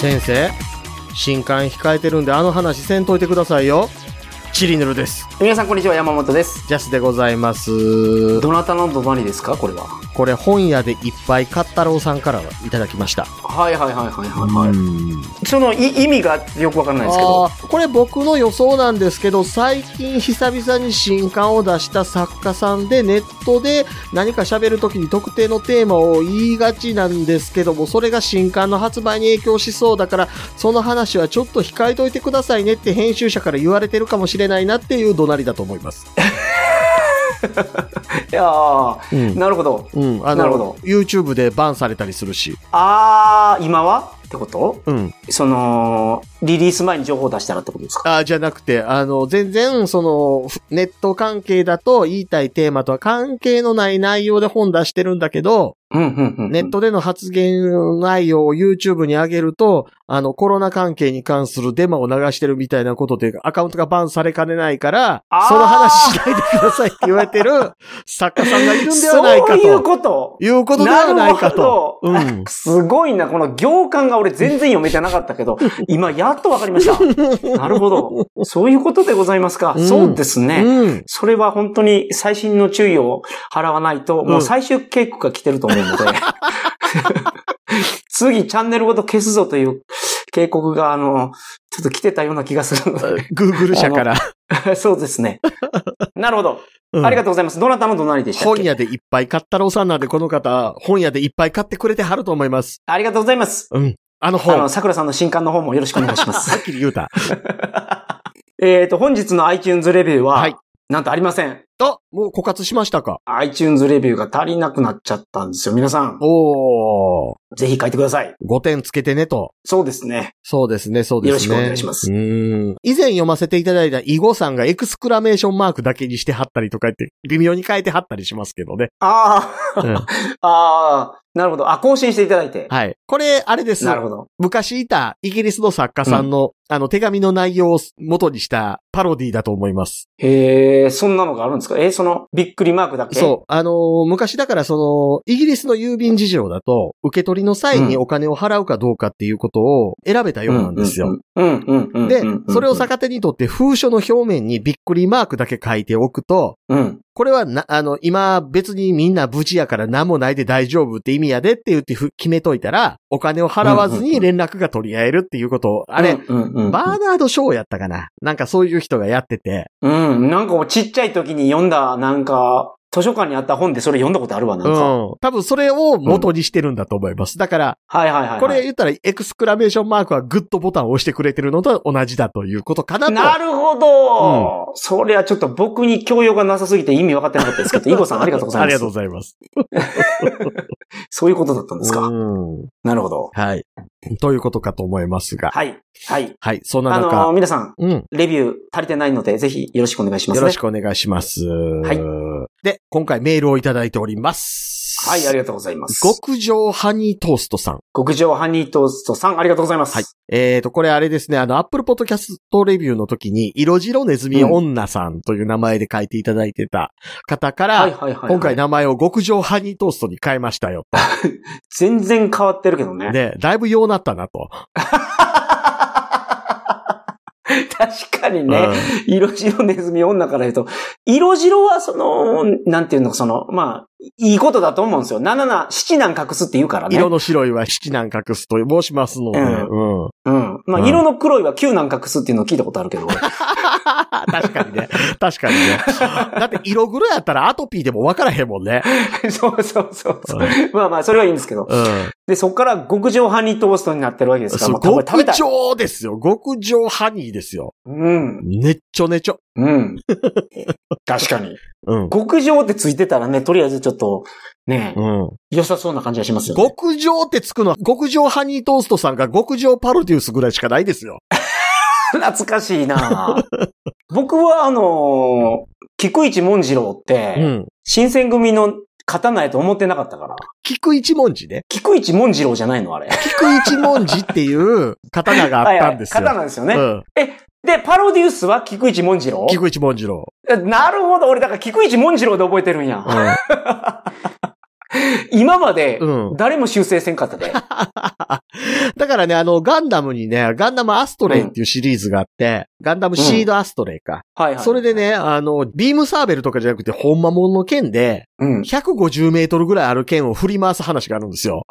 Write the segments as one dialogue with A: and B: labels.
A: 先生新刊控えてるんであの話せんといてくださいよチリヌルです
B: 皆さんこんにちは山本です
A: ジャスでございます
B: どなたのどなりですかこれは
A: これ本屋でいっぱい買ったろうさんからいただきました
B: はいはいはいはいはい、は
A: うん
B: い、そのい意味がよくわからないですけど
A: あーこれ僕の予想なんですけど最近久々に新刊を出した作家さんでネットで何か喋るときに特定のテーマを言いがちなんですけどもそれが新刊の発売に影響しそうだからその話はちょっと控えといてくださいねって編集者から言われてるかもしれないなっていう怒鳴りだと思います。
B: いやー
A: うん
B: なるほど
A: うん、あ
B: なるほど
A: の YouTube でバンされたりするし、
B: あー今はってこと
A: うん、
B: そのリリース前に情報を出したらってことですか
A: あじゃなくて、あの、全然、その、ふネット関係だと言いたいテーマとは関係のない内容で本出してるんだけど、
B: うんうんうん
A: ネットでの発言内容を YouTube に上げると、あの、コロナ関係に関するデマを流してるみたいなことで、アカウントがバンされかねないから
B: あー、
A: その話しないでくださいって言われてる 作家さんがいるんではないか
B: そういう
A: と。
B: こと
A: いうことではないかと。
B: なる
A: う
B: ほど
A: ん
B: すごいな、この行間が俺全然読めてなかったけ ど、今やっとわかりました。なるほど。そういうことでございますか。
A: うん
B: そうです ね。
A: うん。
B: それは本当に最新の注意を払わないと、
A: ん
B: もう最終警告が来てると思うので、 次チャンネルごと消すぞという警告が、あの、ちょっと来てたような気がするの
A: Google 社から。
B: で、そうですね。なるほど。
A: うん
B: ありがとうございます。どなたのどなりでしたっ
A: 本
B: け
A: 屋でいっぱい買ったろうさんなんで、この方、本屋でいっぱい買ってくれてはると思います。
B: ありがとうございます。
A: うん。あの
B: あ
A: 本、
B: の、
A: は
B: 桜さんの新刊の方もよろしくお願いします
A: っ。きり言うた。
B: えっと、本日の iTunes レビューは、
A: はい
B: なんとありません。
A: あ、もう枯渇しましたか
B: iTunes レビューが足りなくなっちゃったんですよ。皆さん、
A: おー。
B: ぜひ書いてください。
A: 5点つけてねと。
B: そうですね。
A: そうですね、そうですね。
B: よろしくお願いします
A: うーん。以前読ませていただいた囲碁さんがエクスクラメーションマークだけにして貼ったりとかって、微妙に変えて貼ったりしますけど ね。
B: あ あ、
A: うん
B: ああ、なるほど。あ、更新していただいて。
A: はい。これ、あれです。
B: なるほど。
A: 昔いたイギリスの作家さんの、あの手紙の内容を元にしたパロディだと思います。
B: へえ、そんなのがあるんですかえその、びっくりマークだけ
A: そう。あのー昔だからその、イギリスの郵便事情だと、受け取りの際に
B: うん
A: お金を払うかどうかっていうことを選べたようなんですよ。。
B: うんうんうんうんうん。
A: で
B: うんうんう、ん
A: それを、逆手にとって封書の表面にびっくりマークだけ書いておくと、
B: うん。
A: これはな、あの、今別にみんな無事やから何もないで大丈夫って意味やでって言ってふ決めといたら、お金を払わずに連絡が取り合えるっていうことを、あれ、
B: うんうんうん、
A: バーナード・ショーやったかななんかそういう人がやってて、
B: うん。なんかもうちっちゃい時に読んだ、なんか、図書館にあった本でそれ読んだことあるわ、なん
A: う
B: か。
A: ん
B: はい。
A: 多分それを元にしてるんだと思います。だから、
B: はいはいはい。
A: これ言ったら、エクスクラメーションマークはグッドボタンを押してくれてるのと同じだということかなと。
B: なるほど、それはちょっと僕に教養がなさすぎて意味分かってなかったです けど、イゴさんありがとうございます。
A: ありがとうございます。
B: そういうことだったんですか、
A: うん
B: なるほど。
A: はい。ということかと思いますが。
B: はい。はい。
A: はい。そんな
B: あの
A: 中、
B: ー皆さん、
A: うん。
B: レビュー足りてないので、ぜひよろしくお願いします、ね。
A: よろしくお願いします。
B: い
A: で、今回メールをいただいております。
B: はい、あり
A: がと
B: がとうございます。
A: 極上ハニートーストさん。
B: 極上ハニートーストさん、ありがとうございます。
A: はい。えーと、これあれですね、あの、アップルポッドキャストレビューの時に、色白ネズミ女さんという名前で書いていただいてた方から、
B: はい、はい、はい。
A: 今回、名前を極上ハニートーストに変えましたよと。
B: 全然変わってるけどね。
A: で、だいぶようなったなと。
B: 確かにね、色白ネズミ女から言うと、色白はその、なんていうの、その、まあ、いいことだと思うんですよ。七な、七難隠すって言うから
A: うん
B: ね。
A: 色の白いは七難隠すと申しますので。
B: う
A: うん。
B: うん。ま
A: うん
B: あ、色の黒いは九難隠すっていうのを聞いたことあるけど、俺
A: 確かにね。確かにね。だって色黒やったらアトピーでも分からへんもんね。
B: そうそうそうそう
A: う。
B: まあまあ、それはいいんですけど。
A: うん。
B: で、そこから極上ハニートーストになってるわけですから、
A: そう
B: もう食べ食べ
A: 極
B: たい。
A: 上ですよ。極上ハニーですよ。
B: うん。
A: ねっちょねちょ。
B: うん。確かに。
A: うん。
B: 極上ってついてたらね、とりあえずちょっと、ね、
A: うん。
B: 良さそうな感じがしますよね。
A: 極上ってつくのは、極上ハニートーストさんが極上パロデュースぐらいしかないですよ。
B: 懐かし いな僕はあのー菊市文次郎っ
A: う
B: て、
A: ん。
B: 新選組の刀やと思ってなかったから。
A: 菊一文字ね。
B: 菊市文次郎じゃないのあれ。
A: 菊一文字っていう刀があったんですよ。
B: はいはい刀ですよね。
A: うん。
B: で、パロデュースは菊市文次郎
A: 菊一文字郎。
B: えなるほど。俺、だから菊市文次郎で覚えてるんや。
A: うん
B: 今まで
A: うん、
B: 誰も修正せんかったで。
A: だからね、あの、ガンダムにね、ガンダムアストレイっていうシリーズがあって、ガンダムシードアストレイか。
B: はいはい。
A: それでね、あの、ビームサーベルとかじゃなくて、ほんまもんの剣で、
B: うん。
A: 150メートルぐらいある剣を振り回す話があるんですよ。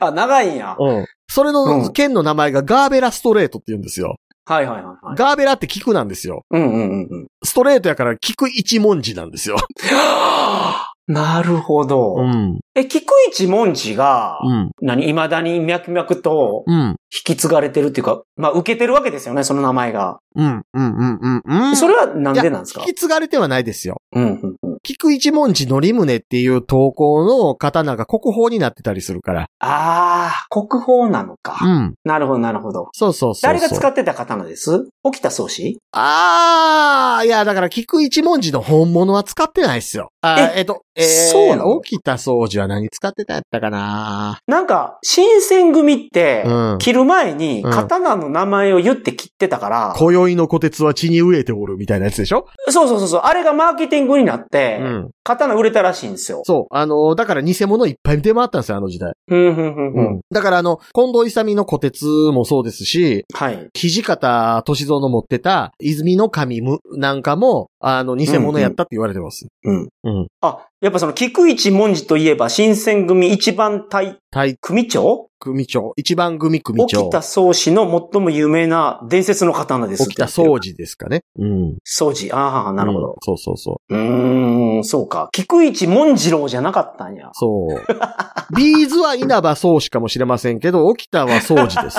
B: あ、長いんや。
A: うん。それ
B: う
A: の
B: ん
A: 剣の名前がガーベラストレートって言うんですよ。
B: はいはいはいはい。
A: ガーベラって菊なんですよ。
B: うんうんうんうん。
A: ストレートやから菊一文字なんですよ。
B: はぁ なるほど。
A: ん。
B: え、菊一文治が、
A: うん。
B: 何、未だに脈々と
A: うん。
B: 引き継がれてるっていうか、まあ、受けてるわけですよね、その名前が。
A: うん。うん。うん。うん。
B: それはなん
A: いや
B: でなんですか
A: 引き継がれてはないですよ。
B: うんうんうん。
A: 菊一文字のりむねっていう投稿の刀が国宝になってたりするから。
B: あー、国宝なのか。
A: うん。
B: なるほど、なるほど。
A: そうそうそうそう。
B: 誰が使ってた刀です沖田総司
A: あー、いや、だから、菊一文字の本物は使ってないっすよ。あええっと、えー、
B: そうなの
A: 沖田総司は何使ってたやったかな
B: なんか、新選組って、
A: うん
B: 切る前に
A: うん
B: 刀の名前を言って切ってたから、
A: 今宵の虎鉄は血に飢えておるみたいなやつでしょ
B: そうそうそうそう、あれがマーケティングになって、
A: うん。
B: 刀売れたらしいんですよ。
A: そう。あの、だから偽物いっぱい出回ったんですよ、あの時代。
B: うん、うん、うん、うん。
A: だから、あの、近藤勇の虎鉄もそうですし、
B: はい。
A: 土方歳三の持ってた泉の神むなんかも、あの、偽物やったって言われてます。
B: うん。
A: うん。
B: あ、やっぱその、菊一文字といえば、新選組一番隊、
A: 体
B: 組長
A: 組長、一番組組長。
B: 沖田総司の最も有名な伝説の刀です。
A: 沖田総。司ですかね。うん。
B: 総司。ああ、なるほ
A: うん
B: ど。
A: そうそうそう。
B: うーん、そうか。菊一文次郎じゃなかった んや。
A: そう。 ビーズは稲葉宗司かもしれませんけど、沖田は宗司です。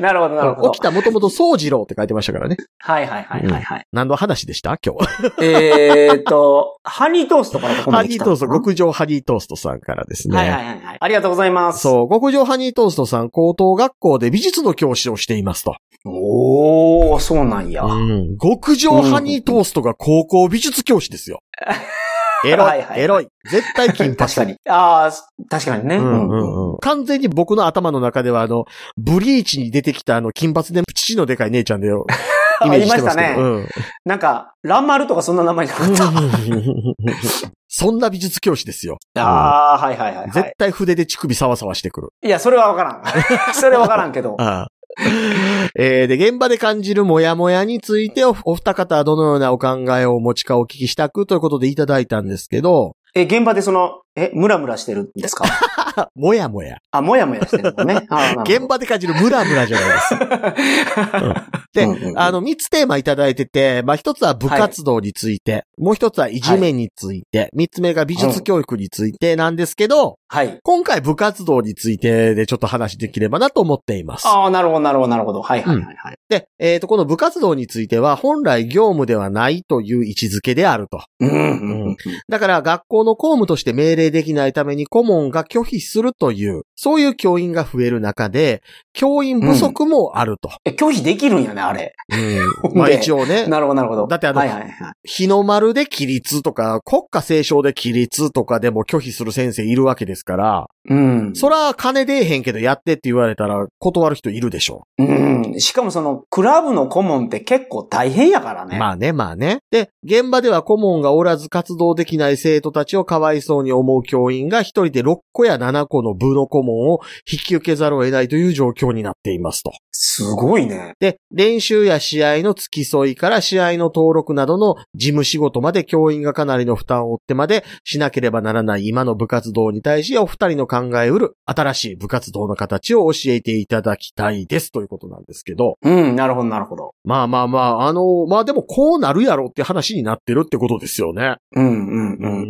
B: なるほど、 なるほど
A: 沖。田もともと宗次郎って書いてましたからね。
B: はいはいはいはいはい。
A: 何の話でした今日。
B: えーっと、ハニートーストからここ
A: ハ
B: ま
A: ニ
B: で
A: ー
B: 来た
A: ト
B: の
A: ース
B: か
A: ト、
B: な。
A: 極上ハニートーストさんからですね。
B: はいはいはいはい。ありがとうございます。
A: そう、極上ハニートーストさん、高等学校で美術の教師をしていますと。
B: おー、そうなんや。
A: うん極上ハニートーストが高校美術教師ですよ。エロ
B: はいいは、い
A: エロい。絶対金
B: 確
A: 髪。
B: かに。ああ、確かにね。
A: うんう
B: うん
A: んうん完全に僕の頭の中では、あの、ブリーチに出てきたあの、金髪で、父のでかい姉ちゃんだよ。イメージしてますけど。
B: あいましたね
A: うん
B: なんか、ランマルとかそんな名前じゃなかった。
A: そんな美術教師ですよ。
B: ああ、はいはいはい、は
A: 絶
B: い。
A: 対筆で乳首サワサワしてくる。
B: いや、それはわ からん。それはわからんけど。
A: ああえーで、現場で感じるモヤモヤについてお、お二方はどのようなお考えをお持ちかお聞きしたくということでいただいたんですけど、
B: え、現場でその、え、ムラムラしてるんです か
A: あモヤモヤ。
B: あ、もやもやしてるの ね。あーなる
A: 現場で感じるムラムラじゃないです。
B: ほど
A: で
B: うんうんうん
A: あの、三つテーマいただいてて、まあ、一つは部活動について、もう一つはいじめについて、三つ目が美術教育についてなんですけど、
B: はい。
A: 今回部活動についてでちょっと話できればなと思っています。
B: ああ、なるほど、なるほど、なるほど。はいはいはいはい。
A: で、えっ、と、この部活動については本来業務ではないという位置づけであると。
B: うんうんうん。
A: だから学校の公務として命令できないために顧問が拒否するという、そういう教員が増える中で、教員不足もあると。
B: え、拒否できるんやね、あれ。
A: うんまあ
B: で
A: 一応ね、
B: なるほど、なるほど。
A: だってあの
B: はいはいはい。
A: 日の丸で起立とか、国家斉唱で起立とかでも拒否する先生いるわけですから、
B: うん。
A: そら金出えへんけどやってって言われたら断る人いるでしょ
B: うん。しかもその、クラブの顧問って結構大変やからね。
A: まあね、まあね。で、現場では顧問がおらず活動できない生徒たちをかわいそうに思う教員が一人で6個や7個の部の顧問を引き受けざるを得ないという状況になっていますと。
B: すごいね。
A: で、練習や試合の付き添いから試合の登録などの事務仕事まで教員がかなりの負担を負ってまでしなければならない今の部活動に対しお二人の考えうる新しい部活動の形を教えていただきたいですということなんですけど。
B: うん、なるほど、なるほど。
A: まあまあまあ、あの、まあでもこうなるやろって話になってるってことですよね。
B: うん、うん、うん、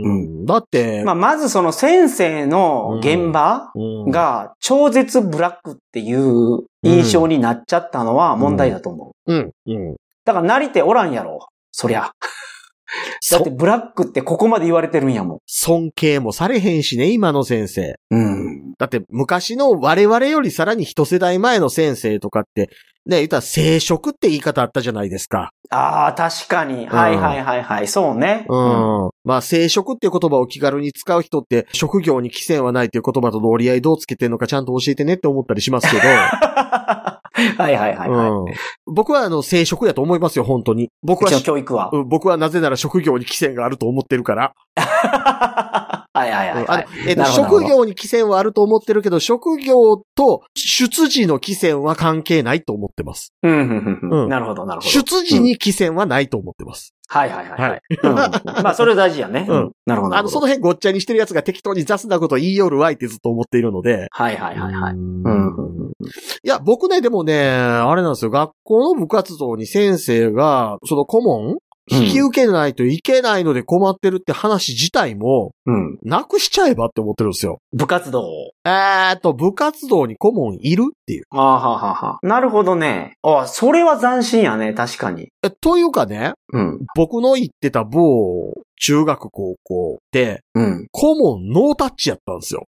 B: うん。
A: だって、
B: まあ、まずその先生の現場
A: うん
B: が超絶ブラックっていう印象になっちゃったのは問題だと思う。
A: うん、うん。
B: だからなり手おらんやろ。そりゃ。だっ
A: そ
B: てブラックってここまで言われてるんやもん。
A: 尊敬もされへんしね、今の先生。
B: うん。
A: だって昔の我々よりさらに一世代前の先生とかって、ね、言ったら生殖って言い方あったじゃないですか。
B: ああ、確かに。はいはいはいはい。そうね。
A: うん。まあ生殖っていう言葉を気軽に使う人って、職業に規制はないっていう言葉との折り合いどうつけてんのかちゃんと教えてねって思ったりします けど。
B: はいはいはい、はい。
A: うん、僕はあの生殖やと思いますよ、本当に。僕
B: う
A: は
B: ちの教育は。
A: うん僕はなぜなら職業に規制があると思ってるから。
B: はいはいはい、はい
A: あのえっと
B: なるほど
A: 職業に寄せはあると思ってるけど、職業と出自の寄せは関係ないと思ってます。
B: うんうんうん
A: う
B: う。
A: んん
B: なるほど、なるほど。
A: 出自に寄せはないと思ってます。
B: はいはいはいは。
A: はい
B: うんまあ、それ大事やね。う
A: うん
B: ん。なるほど。
A: あの、その辺ごっちゃにしてるやつが適当に雑なこと言いよるわいってずっと思っているので。
B: はいはいはいはい。
A: うん
B: う
A: い
B: ん。
A: や、僕ね、でもね、あれなんですよ。学校の部活動に先生が、その顧問引き受けないといけないので困ってるって話自体も、
B: うん。
A: なくしちゃえばって思ってるんですよ。
B: 部活動を。
A: えーっと、部活動に顧問いるっていう。
B: ああはあはあはあ。なるほどね。ああ、それは斬新やね。確かに。
A: えというかね、
B: うん。
A: 僕の行ってた某中学高校って、
B: うん。
A: 顧問ノータッチやったんですよ。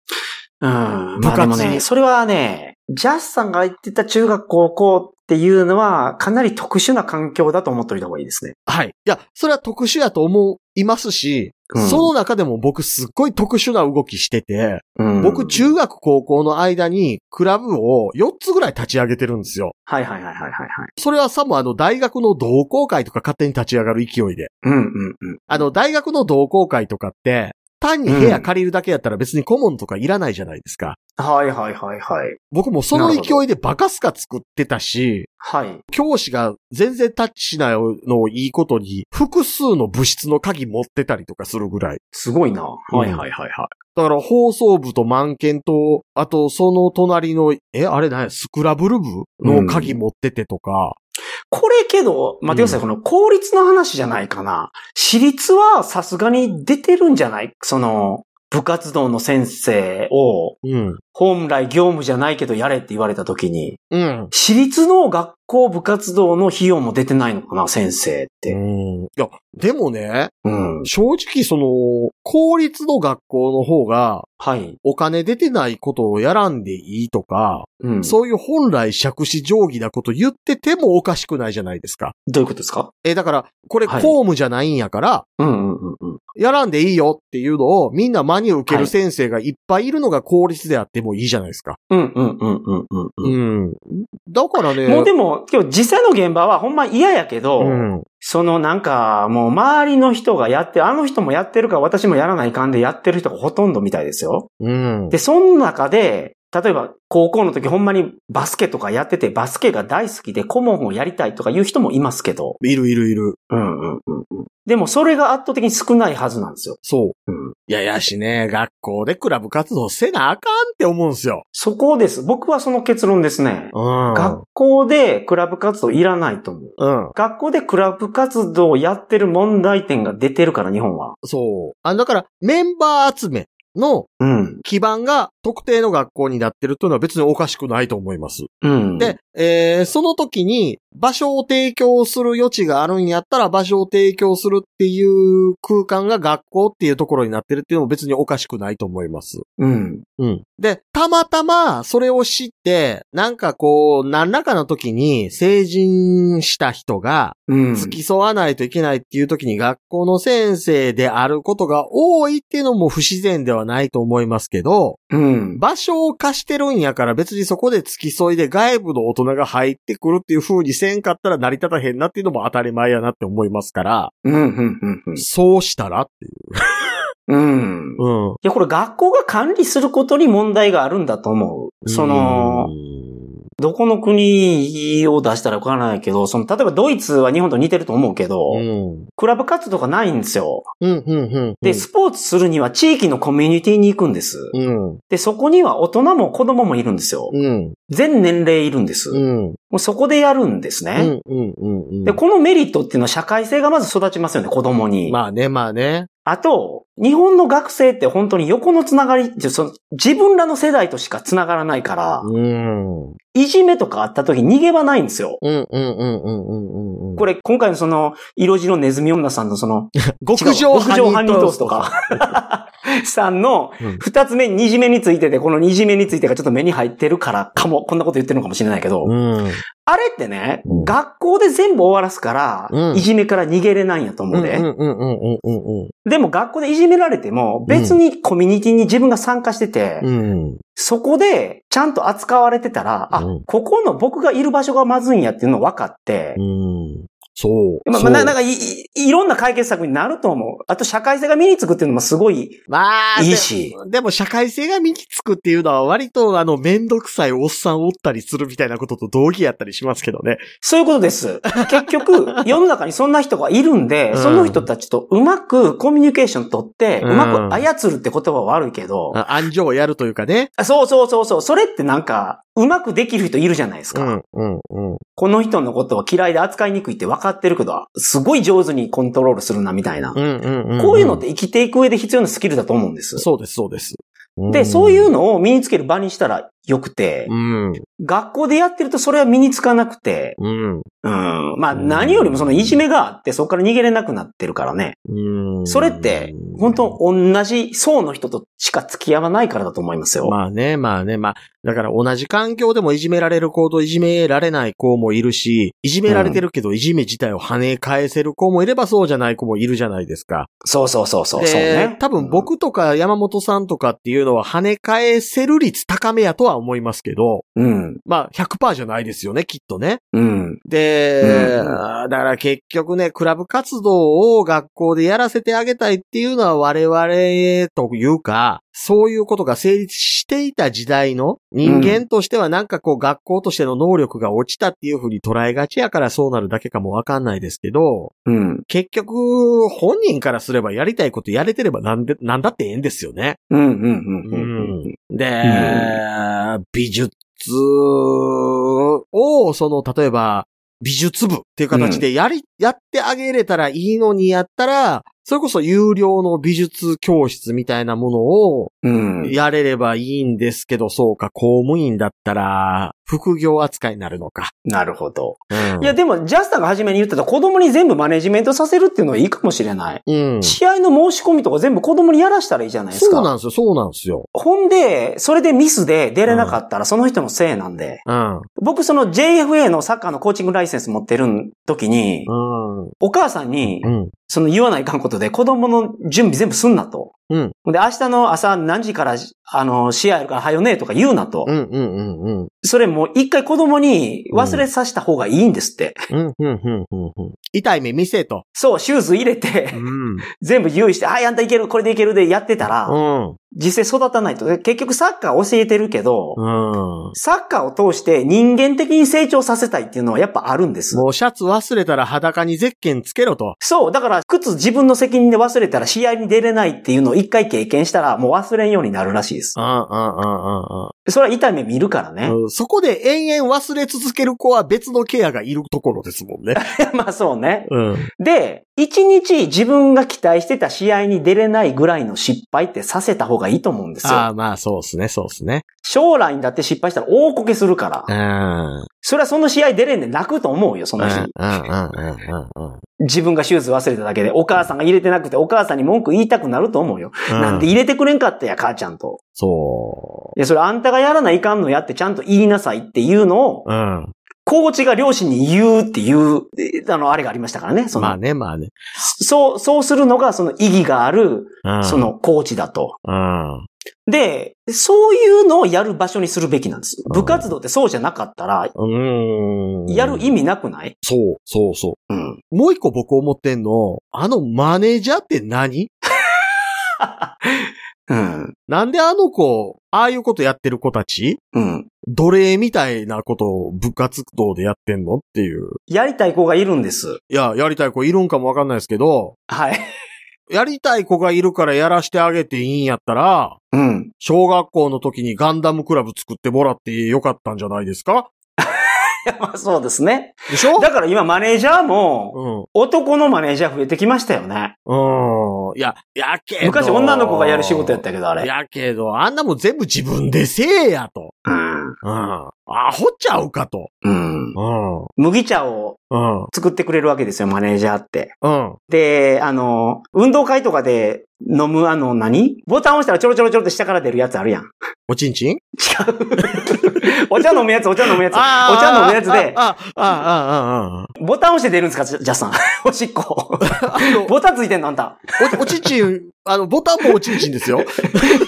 B: うん。
A: 部
B: まあ
A: 活
B: でもね、それはね、ジャスさんが言ってた中学高校っていうのは、かなり特殊な環境だと思っといた方がいいですね。
A: はい。いや、それは特殊やと思いますし、
B: うん
A: その中でも僕すっごい特殊な動きしてて、
B: うん
A: 僕中学高校の間にクラブを4つぐらい立ち上げてるんですよ。
B: はいはいはいはいはいはい。
A: それはさもあの大学の同好会とか勝手に立ち上がる勢いで。
B: うんうんうん。
A: あの大学の同好会とかって、単に部屋借りるだけやったら別に顧問とかいらないじゃないですか。
B: はいはいはいはい。
A: 僕もその勢いでバカスカ作ってたし、
B: はい。
A: 教師が全然タッチしないのをいいことに、複数の部室の鍵持ってたりとかするぐらい。
B: すごいな。
A: うん
B: はいはいはいは
A: だから放送部と満研と、あとその隣の、え、あれ何やスクラブル部の鍵持っててとか、
B: い。これけど、待ってください、
A: う
B: この公立の話じゃないかな。私立はさすがに出てるんじゃないその、部活動の先生を、
A: うん。
B: 本来業務じゃないけどやれって言われた時に、
A: うん。
B: 私立の学校部活動の費用も出てないのかな、先生っ
A: う
B: て。
A: ん。いや、でもね、
B: うん。
A: 正直その、公立の学校の方が、
B: はい。
A: お金出てないことをやらんでいいとか、
B: うん。
A: そういう本来尺子定規なこと言っててもおかしくないじゃないですか。
B: どういうことですか
A: え、だから、これ公
B: はい
A: 務じゃないんやから、
B: うんうんうんうん。
A: やらんでいいよっていうのをみんな真に受ける先生がいっぱいいるのが効率であってもいいじゃないですか。
B: うんうんうんうんうんうん。
A: うん。だからね。
B: もうでも、今日実際の現場はほんま嫌やけど、
A: うん。
B: そのなんか、もう周りの人がやって、あの人もやってるから私もやらないかんでやってる人がほとんどみたいですよ。
A: うん。
B: で、その中で、例えば高校の時ほんまにバスケとかやってて、バスケが大好きで顧問をやりたいとかいう人もいますけど、
A: いるいるいる。
B: うんうんうんうん。でもそれが圧倒的に少ないはずなんですよ。
A: そう。
B: うん。
A: いやいやしね、学校でクラブ活動せなあかんって思うんすよ。
B: そこです。僕はその結論ですね。
A: うん。
B: 学校でクラブ活動いらないと思う。
A: うん。
B: 学校でクラブ活動をやってる問題点が出てるから、日本は。
A: そう。あだから、メンバー集めの
B: うん。
A: 基盤が特定の学校になってるというのは別におかしくないと思います。
B: うん。
A: で、、えーその時に場所を提供する余地があるんやったら場所を提供するっていう空間が学校っていうところになってるっていうのも別におかしくないと思います。
B: うん。
A: うん。で、たまたまそれを知って、なんかこう、何らかの時に成人した人が
B: うん。
A: 付き添わないといけないっていう時に学校の先生であることが多いっていうのも不自然ではないと思いますけど、
B: うん。
A: 場所を貸してるんやから別にそこで付き添いで外部の大人が入ってくるっていう風にせんかったら成り立たへんなっていうのも当たり前やなって思いますから、
B: うん。うん。うんうん
A: そうしたらってい
B: うん。
A: う。うん。
B: いや、これ学校が管理することに問題があるんだと思う。その、どこの国を出したらわからないけど、その、例えばドイツは日本と似てると思うけど、
A: うん、うん。
B: クラブ活動がないんですよ。
A: うん、うん、うん。
B: で、スポーツするには地域のコミュニティに行くんです。
A: うん、
B: で、そこには大人も子供もいるんですよ。
A: うん、
B: 全年齢いるんです。
A: う
B: も
A: ん。
B: うそこでやるんです
A: う
B: ね。
A: ん、うん、うん。
B: で、このメリットっていうのは社会性がまず育ちますよね、子供に。
A: まあね、まあね。
B: あと、日本の学生って本当に横のつながりって、その自分らの世代としかつながらないから、
A: うん。うん、
B: いじめとかあった時に逃げ場ないんですよ。
A: うん、うん、うん、うん、うん。
B: こ
A: れ、
B: れ、今回のその、色白ネズミ女さんのその、
A: 極上
B: 違うわ極上ハニートース ト。か。さんの
A: うん、
B: 二つ目、二じめについてて、この二じめについてがちょっと目に入ってるからかも、こんなこと言ってるのかもしれないけど、
A: うん。
B: あれってね、
A: うん
B: 学校で全部終わらすから、
A: うん
B: いじめから逃げれないんやと思
A: う、
B: う
A: う
B: ん
A: ん、
B: で、
A: うん、うん、うん、
B: でも学校でいじめられても、別にコミュニティに自分が参加してて、
A: うん。
B: そこでちゃんと扱われてたら、あ、
A: うん
B: ここの僕がいる場所がまずいんやっていうのを分かって、
A: うん。そう。
B: まあ、
A: そ
B: ま
A: う
B: あななんかい、いいろんな解決策になると思う。あと、社会性が身につくっていうのもすごい
A: まあ、
B: いいし。
A: ででも社会性が身につくっていうのは割とあのめんどくさいおっさんおったりするみたいなことと同義やったりしますけどね。
B: そういうことです。結 局、世の中にそんな人がいるんで、
A: うん
B: その人たちとうまくコミュニケーション取って、う
A: うん
B: まく操るって言葉は悪いけど、
A: あ安情をやるというかね。
B: そうそうそうそう、それってなんか、うまくできる人いるじゃないですか。
A: ん、うん、うん。
B: この人のことは嫌いで扱いにくいって分かってるけど、すごい上手にコントロールするなみたいな。
A: うん、うん、
B: こういうのって生きていく上で必要なスキルだと思うんです。
A: そうです、そうです。
B: で、そういううのを身につける場にしたらよくて、
A: ん。うん、
B: 学校でやってるとそれは身につかなくて、
A: うん、
B: うん。まあ
A: うん
B: 何よりもそのいじめがあってそこから逃げれなくなってるからね。
A: うん。
B: それって、本当同じ層の人としか付き合わないからだと思いますよ。
A: まあね、まあね、まあ、だから同じ環境でもいじめられる子といじめられない子もいるし、いじめられてるけどいじめ自体を跳ね返せる子もいればそうじゃない子もいるじゃないですか。
B: そうそうそうそう。
A: で
B: そうね。
A: 多分僕とか山本さんとかっていうのは跳ね返せる率高めやとは思いますけど、
B: うん。
A: まあ100%じゃないですよね、きっとね。
B: うん。
A: で、
B: うん
A: だから結局ね、クラブ活動を学校でやらせてあげたいっていうのは我々というか、そういうことが成立していた時代の人間としてはなんかこう学校としての能力が落ちたっていうふうに捉えがちやからそうなるだけかもわかんないですけど、
B: うん。
A: 結局本人からすればやりたいことやれてればなんで、なんだってええんですよね。
B: うん。うん。うん。うん。
A: で、美術を、その、例えば、美術部っていう形でやり、やってあげれたらいいのにやったら、それこそ有料の美術教室みたいなものを
B: うん。
A: やれればいいんですけど、そうか、公務員だったら、副業扱いになるのか。
B: なるほど。
A: うん
B: いや、でも、ジャスタが初めに言ってた子供に全部マネジメントさせるっていうのはいいかもしれない。
A: うん。
B: 試合の申し込みとか全部子供にやらしたらいいじゃないです
A: そう
B: か。
A: なんですよ、そうなんですよ。
B: ほんで、それでミスで出れなかったらその人のせいなんで。
A: うん。
B: 僕、その JFA のサッカーのコーチングライセンス持ってる時に、
A: うん。
B: お母さんに
A: う、ん。
B: その言わないかんことで、子供の準備全部すんなと。
A: うん
B: で、明日の朝何時から、あの、試合あるから、はよねとか言うなと。
A: うん。うん。うん。うん。
B: それもう一回子供に忘れさせた方がいいんですって。
A: うん。うん。うん。痛い目見せと。
B: そう、シューズ入れて、
A: ん。
B: 全部用意して、あ、あんたいける、これでいけるでやってたら、
A: うん。
B: 実際育たないと。で結局サッカーを教えてるけど、
A: うん。
B: サッカーを通して人間的に成長させたいっていうのはやっぱあるんです。
A: もうシャツ忘れたら裸にゼッケンつけろと。
B: そう、だから靴自分の責任で忘れたら試合に出れないっていうのを一回経験したらもう忘れんようになるらしいです。それは痛い目見るからね。
A: うんそこで延々忘れ続ける子は別のケアがいるところです もんね。
B: まあそうね。
A: うん。
B: で、一日自分が期待してた試合に出れないぐらいの失敗ってさせた方がいいと思うんです
A: ああ、
B: よ。
A: まあそうですね、そうですね。
B: 将来にだって失敗したら大こけするから
A: う。ん。うん、
B: それはその試合出れんで泣くと思うよ、そ
A: うん、う
B: の日
A: ん、。うんうんうん。
B: 自分がシューズ忘れただけで、お母さんが入れてなくて、お母さんに文句言いたくなると思うよ。なんで入れてくれんかったや、母ちゃんと。
A: そ
B: いや、それあんたがやらないかんのやってちゃんと言いなさいっていうのを、
A: う。うん。
B: コーチが両親に言うっていう、えあの、あれがありましたからね。その
A: まあね、まあね。
B: そう、そうするのがその意義がある、
A: うん
B: そのコーチだと。
A: うん。
B: で、そういうのをやる場所にするべきなんです。
A: うん
B: 部活動ってそうじゃなかったら、
A: うん。
B: やる意味なくない
A: そう、そうそう。
B: うん。
A: もう一個僕思ってんの、あのマネージャーって何
B: うん。
A: なんであの子、ああいうことやってる子たち
B: うん。
A: 奴隷みたいなことを部活動でやってんのっていう。
B: やりたい子がいるんです。
A: いや、やりたい子いるんかもわかんないですけど、
B: はい。
A: やりたい子がいるからやらしてあげていいんやったら、
B: うん。
A: 小学校の時にガンダムクラブ作ってもらってよかったんじゃないですか
B: いやまあそうですね。
A: でしょ
B: だから今マネージャーも、
A: うん。
B: 男のマネージャー増えてきましたよね。
A: うん。いや、やけど。
B: 昔女の子がやる仕事やったけど、あれ。
A: やけど、あんなもん全部自分でせえやと。
B: うん。
A: うん。アホちゃうかと。
B: うん。
A: うん。
B: 麦茶を
A: うん。
B: 作ってくれるわけですよ、マネージャーって。
A: うん。
B: で、あの、運動会とかで飲むあの何、ボタン押したらちょろちょろちょろって下から出るやつあるやん。違
A: おちんちん
B: う。お茶飲むやつ、お茶飲むやつ。お
A: あー
B: 茶飲むやつで、
A: あ、あ、あ、あ、あ、あ。
B: ボタン押して出るんですか、ジャジャスさん。 おし っこ。
A: あの
B: ボタンついてんの、あ んた。
A: お、おちんちん、あの、ボタンもおちんちんですよ。
B: い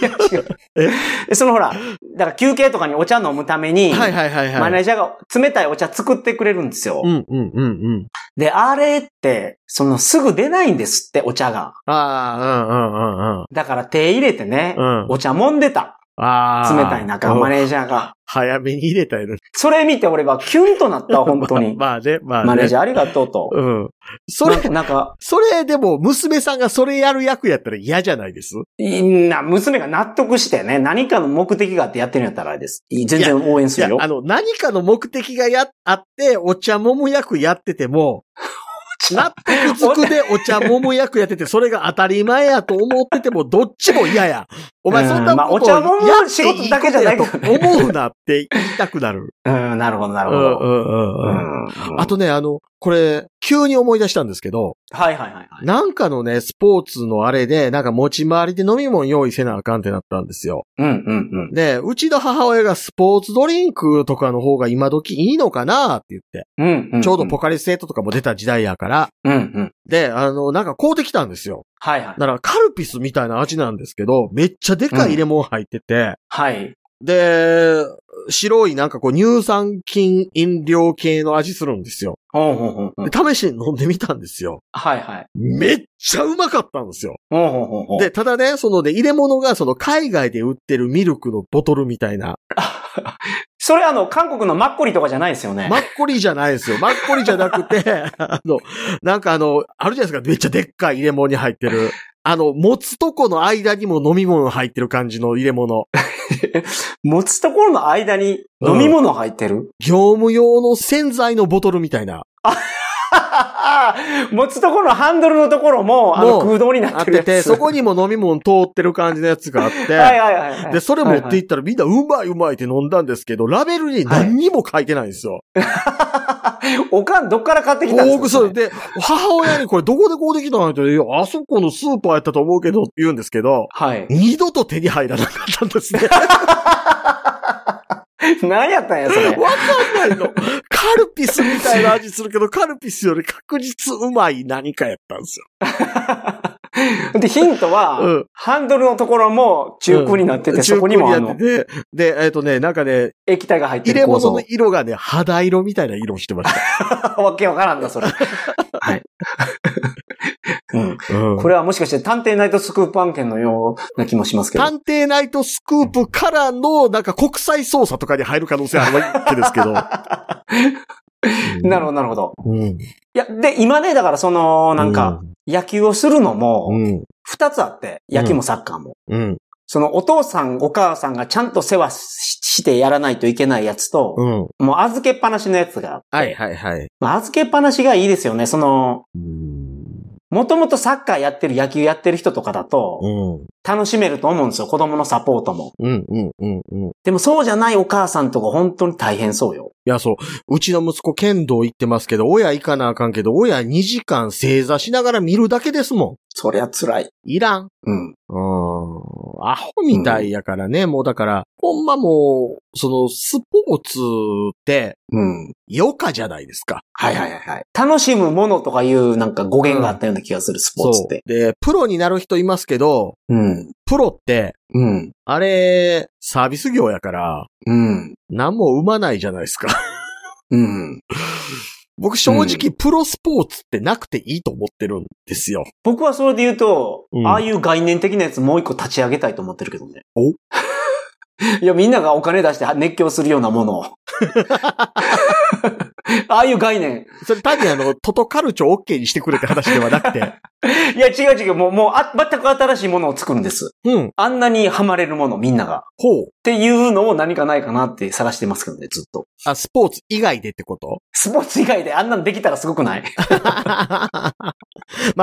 B: や、違う。そのほら、だから休憩とかにお茶飲むために、
A: はいはいはいはい。
B: マネージャーが冷たいお茶作ってくれるんですよ。
A: うんうんうんうん。
B: で、あれって、そのすぐ出ないんですって、お茶が。
A: ああ、
B: だから手入れてね、
A: うんうんうんうん。うん。
B: お茶揉んでた。
A: ああ。
B: 冷たい中、マ
A: うん
B: ネージャーが。
A: 早めに入れたいのに。
B: それ見て俺はキュンとなった、本当に。
A: まあね、まあね。
B: マネージャーありがとうと。
A: うん。それ、
B: ななんか、
A: それでも、娘さんがそれやる役やったら嫌じゃないです
B: いいな、娘が納得してね、何かの目的があってやってるんやったらあれです。いい全然応援
A: い
B: す
A: や
B: るよ、。
A: あの、何かの目的がや、あって、お茶揉む役やってても、納得つくでお茶揉む役やってて、それが当たり前やと思ってても、どっちも嫌や。お前
B: うん
A: そんな
B: まあ
A: こと
B: お
A: やっ
B: 茶揉む
A: ていい
B: 仕事だけじゃない
A: ことやと思うなって言いたくな る。
B: うん、なるほど、な
A: う
B: る
A: ん
B: ほ
A: うん
B: ど。
A: うん
B: う
A: うん。
B: ん
A: あ、とね、あの、これ、急に思い出したんですけど、
B: はいはいはいはい。
A: なんかのね、スポーツのあれで、なんか持ち回りで飲み物用意せなあかんってなったんですよ。
B: うんうんうん。
A: で、うちの母親がスポーツドリンクとかの方が今時いいのかなって言って、
B: うん、うん。
A: ちょうどポカ
B: カ。
A: リスエットとかも出た時代やから、
B: うんうん。
A: で、あの、なんか買うてきたんですよ。
B: はいはい。
A: だからカルピスみたいな味なんですけど、めっちゃでかい入れ物入ってて、
B: はい。
A: で、白いなんかこう乳酸菌飲料系の味するんですよ。
B: ほうほうほうほう
A: で。試しに飲んでみたんですよ。
B: はいはい。
A: めっちゃうまかったんですよ。
B: ほうほうほうほう。
A: で、ただね、そのね、入れ物がその海外で売ってるミルクのボトルみたいな、
B: それあの、韓国のマッコリとかじゃないですよね。
A: マッコリじゃないですよ。マッコリじゃなくて、あの、なんかあの、あるじゃないですか。めっちゃでっかい入れ物に入ってる。あの、持つとこの間にも飲み物入ってる感じの入れ物。
B: 持つところの間に飲み物入ってる、
A: 業務用の洗剤のボトルみたいな。
B: 持つところのハンドルのところも、あの、
A: もう
B: 空洞にな
A: あ
B: っ
A: って
B: る
A: て
B: やつ。
A: て、そこにも飲み物通ってる感じのやつがあっ
B: はい
A: て、
B: はいはいはい。
A: で、それ持って
B: い
A: いったらみんなうまいうまいって飲んだんですけど、ラベルに何にも書いてないんですよ。
B: はいおかん、どっから買ってきたんです
A: 大
B: か
A: くそう。で、母親にこれどこでこうできたのって言うあそこのスーパーやったと思うけど、って言うんですけど、
B: はい。
A: 二度と手に入らなかったんですね。
B: 何やったんや、それ。
A: わかんないの。カルピスみたいな味するけど、カルピスより確実うまい何かやったんですよ。
B: で、ヒントは、
A: うん
B: ハンドルのところも中空になってて、そこにもあ
A: 中古
B: の
A: に、やってて、で、えっ、とね、なんかね、
B: 液体が入って
A: 入
B: る
A: れ
B: 構
A: 物
B: 造
A: の。色がね、肌色みたいな色をしてまし
B: わけわからんだ、 それ。はい。 うん、
A: た。うん
B: これはもしかして探偵ナイトスクープ案件のような気もしますけど。
A: 探偵ナイトスクープからの、なんか国際捜査とかに入る可能性あるわけですけど。 ほ
B: なるほど、なるほど。
A: ど。うん。
B: いや、で、今ね、だからその、なんか、野球をするの
A: う
B: も、
A: ん。
B: 二つあって、野球もサッカーも。
A: うん。
B: その、お父さん、お母さんがちゃんと世話ししてやらないといけないやつと、
A: うん。
B: もう預けっぱなしのやつがあって、
A: はいはい。
B: まあ預けっぱなしがいいですよね。その、
A: うん。
B: もともとサッカーやってる、野球やってる人とかだ
A: う
B: と、
A: ん。
B: 楽しめると思うんですよ。子供のサポートも。
A: うん。うん。うん。うん。い
B: でもそうじゃないお母さんとか本当に大変そうよ。
A: や、そう。うちの息子剣道行ってますけど、親行かなあかんけど、親2時間正座しながら見るだけですも
B: そりゃ辛い。
A: ん。いらん。
B: う
A: う
B: ん。
A: ん。アホみたいやからね、もうだから、ほんまもう、その、スポーツって、
B: うん。
A: 余暇じゃないですか。
B: はいはいはいはい。楽しむものとかいうなんか語源があったような気がする、スポーツって。
A: う。で、プロになる人いますけど、
B: うん。
A: プロって、
B: うん。
A: あれ、サービス業やから、
B: うん。
A: 何も生まないじゃないですか。
B: うん。
A: 僕正直、プロスポーツってなくていいと思ってるんですよ。
B: 僕はそれで言うと、
A: うん
B: ああいう概念的なやつもう一個立ち上げた いと思ってるけどね。
A: お
B: いや、みんながお金出して熱狂するようなもの を。ああいう概念。
A: それ単にあの、トトカルチョ OK にしてくれって話ではなくて。
B: いや、違う違う。もう、もう、あ、全く新しいものを作るんです。
A: うん。
B: あんなにハマれるもの、みんなが。っ
A: ほう。
B: ていうのを何かないかなって探してますけどね、ずっと。
A: あ、スポーツ以外でってこと
B: スポーツ以外であんなのできたらすごくない
A: まあ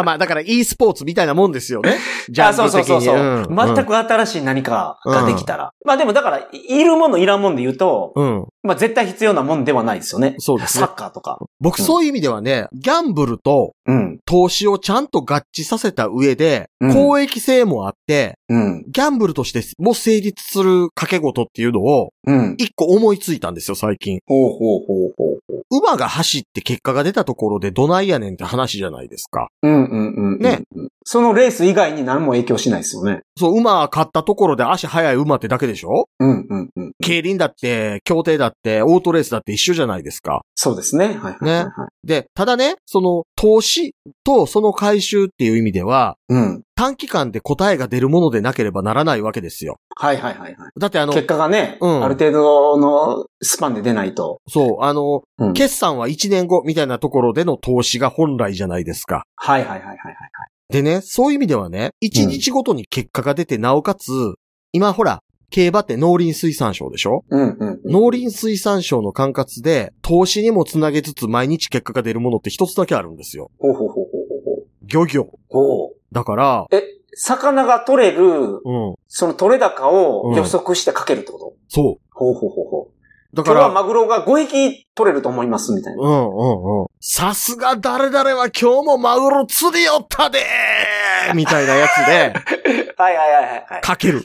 A: まあ、だから e スポーツみたいなもんですよね。じゃ
B: あ
A: あ、
B: そうそうそうそう、全
A: く。
B: く新しい何かができたら。まあでもだから、いいるものいらんもんで言うと、
A: うん。
B: まあ絶対必要なもんではないですよね。
A: そうです
B: サ
A: ね。
B: ッカーとか。
A: 僕、そういう意味ではね、ギャンブルと
B: うん。
A: 投資をちゃんと合致させた上で、
B: うん
A: 公益性もあって、
B: うん。
A: ギャンブルとしても成立する掛け事っていうのを、
B: うん。
A: 一個思いついたんですよ、最近。
B: ほうほうほうほう。
A: 馬が走って結果が出たところでどないやねんって話じゃないですか。
B: うんうんうんうん。
A: ね。
B: そのレース以外に何も影響しないですよね。
A: そう、馬買ったところで足速い馬ってだけでしょ
B: うんうんうん。
A: 競輪だって、競艇だって、オートレースだって一緒じゃないですか。
B: そうですね。はいはいはい、はい。
A: で、ただね、その投資とその回収っていう意味では、
B: うん。
A: 短期間で答えが出るものでなければならないわけですよ。
B: はいはいはいはい。
A: だってあの、
B: 結果がね、
A: うん
B: ある程度のスパンで出ないと。
A: そう、あの、
B: うん
A: 決算は1年後みたいなところでの投資が本来じゃないですか。
B: はいはいはいはいはい。
A: でね、そういう意味ではね、1日ごとに結果が出て、なおかつ、今ほら、競馬って農林水産省でしょ
B: うんうんうん。
A: 農林水産省の管轄で、投資にもつなげつつ毎日結果が出るものって一つだけあるんですよ。
B: ほうほうほうほうほう
A: 漁業。
B: ほう。ほう。
A: だから、
B: 魚が取れる、
A: うん。
B: その取れ高
A: う
B: を
A: ん
B: 予測してかけるってこと、
A: そ
B: ほうほうほうほう。
A: う。だか
B: 今日は
A: ら、
B: マグロが5匹取れると思います、みたいな。
A: うんうんうん。さすが誰々は今日もマグロ釣りよったでーみたいなやつ で、
B: はいはいはいはいはい。
A: かける。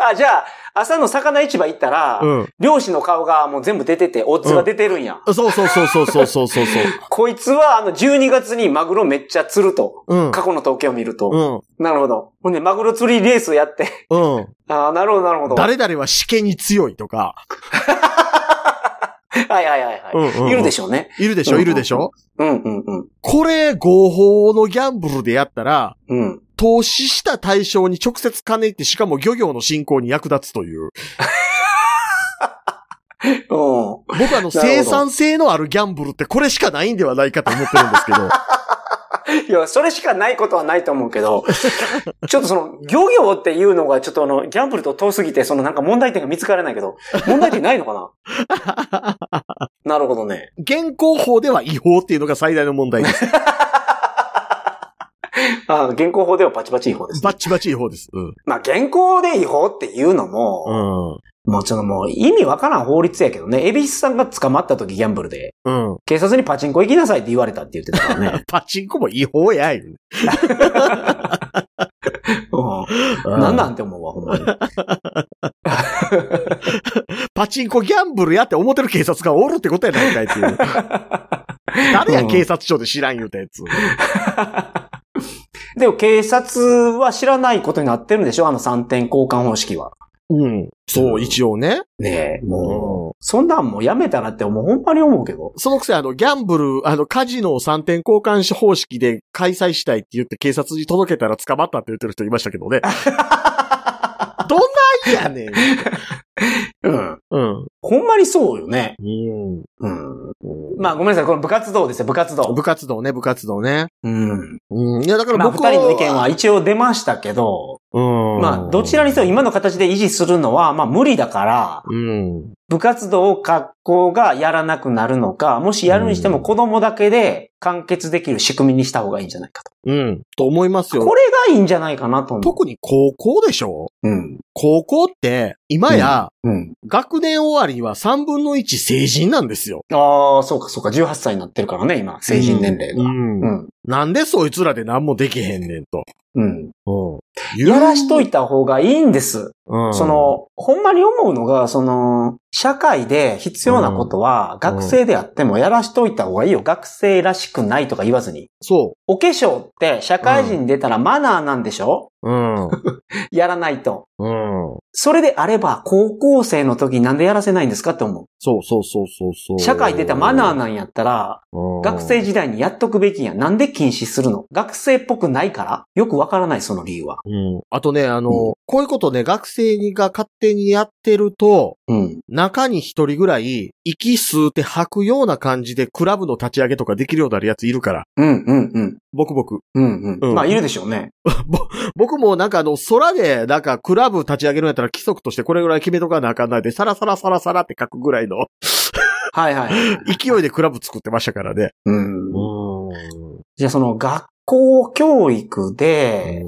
B: あ、じゃあ、朝の魚市場行ったら、
A: うん。
B: 漁師の顔がもう全部出てて、オッズが出てるんや。
A: そうそうそうそうそうそうそう。
B: こいつは、あの、12月にマグロめっちゃ釣ると。
A: うん。
B: 過去の統計を見ると。
A: うん。
B: なるほど。ほんで、マグロ釣りレースやって。
A: うん。
B: ああ、なるほど、なるほど。
A: 誰々は試験に強いとか、
B: はいはいはいはい。
A: うんうんうん
B: いるでしょうね。
A: いるでし
B: うん
A: ょ、
B: うん
A: いるでしょ
B: うんうんうん。
A: これ、合法のギャンブルでやったら、
B: うん。
A: 投資した対象に直接金いって、しかも漁業の進行に役立つという。
B: うん。
A: 僕あの、
B: なるほど
A: 生産性のあるギャンブルってこれしかないんではないかと思ってるんですけど。
B: いや、それしかないことはないと思う けど、ちょっとその、漁業っていうのが、ちょっとあの、ギャンブルと遠すぎて、そのなんか問題点が見つからないけど、問題点ないのか ななるほどね。
A: 現行法では違法っていうのが最大の問題です。
B: あ現行法ではバチバチ違法です、ね。
A: バッチバチ違法です。うん。
B: まあ、現行で違法っていうのも、
A: うん。
B: もうちょっともう意味わからん法律やけどね、エビスさんが捕まった時ギャンブルで、
A: うん。。
B: 警察にパチンコ行きなさいって言われたって言ってたからね
A: パチンコも違法やい。
B: う。
A: うん
B: なんなんて思うわ、ほんまに。
A: パチンコギャンブルやって思ってる警察がおるってことやないかいっていう。誰や
B: うん
A: 警察署で知らん言うたやつ。
B: でも警察は知らないことになってるんでしょあの3点交換方式は。
A: うん。そう、一応ね。
B: ねえ、もう、
A: うん
B: そんなんもうやめたらって思う、ほんまに思うけど。
A: そのくせ、あの、ギャンブル、あの、カジノを3点交換方式で開催したいって言って警察に届けたら捕まったって言ってる人いましたけど ね。どんなんやねん。
B: うん。
A: うん。
B: ほんまにそうよね。
A: うん。
B: うん。まあごめんなさい、この部活動ですよ、部活動
A: 部。活動ね、部活動ね。
B: うん。
A: うん。いや、だから
B: まあ二
A: 僕は。
B: 人の意見は、一応出ましたけど、
A: うん。
B: まあどちらにせよ今の形で維持するのは、まあ無理だから、
A: うん。
B: 部活動を学校がやらなくなるのか、もしやるにしても子供だけで完結できる仕組みにした方がいいんじゃないか
A: うん。と思います
B: と。
A: よ
B: こ。れがいいんじゃないかなと思う。
A: 特に高校でしょ
B: うん。
A: 高校って、今や、
B: うん。
A: 学年終わりは3分の1成人なんですよ。
B: ああ、そうかそうか。18歳になってるからね、今。成人年齢が。
A: うん
B: うん。
A: なんでそいつらで何もできへんねんと。
B: うん。
A: うん。
B: やらしといた方がいいんです。
A: うん
B: そ、の、ほんまに思うのが、その、社会で必要なことは、学生であってもやらしといた方がいいよ。学生らしくないとか言わずに。
A: そ
B: お化粧って社会人出たらマナーなんでしょ、
A: う。うん。
B: やらないと。
A: うん。
B: それであれば、高校生の時になんでやらせないんですかって思
A: そうそうそうそうそう。
B: う。社会出たマナーなんやったら、
A: うん
B: 学生時代にやっとくべきやん。なんで禁止するの学生っぽくないからよくわからない、その理由は。
A: うん。あとね、あの、
B: うん
A: こういうことね、学生にが勝手にやってると、
B: うん。
A: 中に一人ぐらい、息吸うて吐くような感じで、クラブの立ち上げとかできるようになるやついるから。
B: うん、うん、うん。
A: 僕僕。
B: う
A: う
B: ん、うんん。まあ、いるでしょうね。
A: 僕もなんかあの、空で、なんかクラブ立ち上げるんやったら規則としてこれぐらい決めとかなあかんないで、サラサラサラサラって書くぐらいの
B: はいはいはい。
A: 勢いでクラブ作ってましたからね。
B: うん。
A: ん。
B: じゃあ、その学校教育で、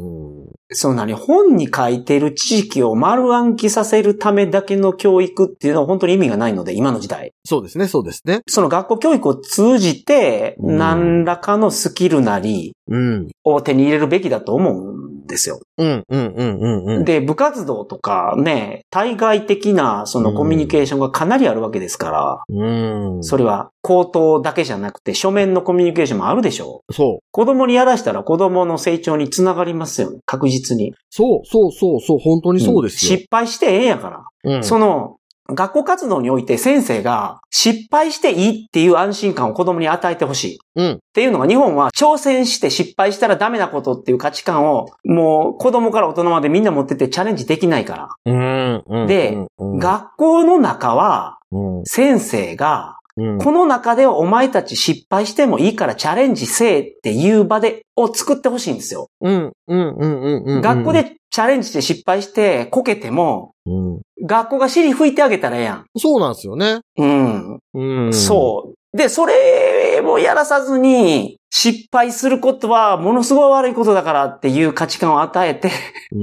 B: その何、本に書いてる知識を丸暗記させるためだけの教育っていうのは本当に意味がないので、今の時代。
A: そうですね、そうですね。
B: その学校教育を通じて、
A: うん
B: 何らかのスキルなり
A: うん。
B: を手に入れるべきだと思うんですよ。
A: うん、うん、うん、うん、うん。
B: で、部活動とかね、対外的なそのコミュニケーションがかなりあるわけですから、
A: うん。
B: それは口頭だけじゃなくて書面のコミュニケーションもあるでしょう。
A: そう。
B: 子供にやらしたら子供の成長につながりますよね。確実に。
A: そう、そう、そう、そう、本当にそうですよ。
B: 失敗してええんやから。
A: うん
B: その、学校活動において先生が失敗していいっていう安心感を子供に与えてほしい。
A: うん
B: っていうのが日本は挑戦して失敗したらダメなことっていう価値観をもう子供から大人までみんな持っててチャレンジできないから。
A: うん。うん
B: で、
A: うん、
B: 学校の中は
A: うん、
B: 先生が
A: うん。
B: この中ではお前たち失敗してもいいからチャレンジせえっていう場でを作ってほしいんですよ。
A: うん、うん、うん、うんうん。
B: 学校でチャレンジして失敗してこけても
A: うん、
B: 学校が尻拭いてあげたらええやん。
A: そうなんですよね。
B: うん。
A: うん。
B: そう。で、それをやらさずに、失敗することはものすごい悪いことだからっていう価値観を与えて、
A: う。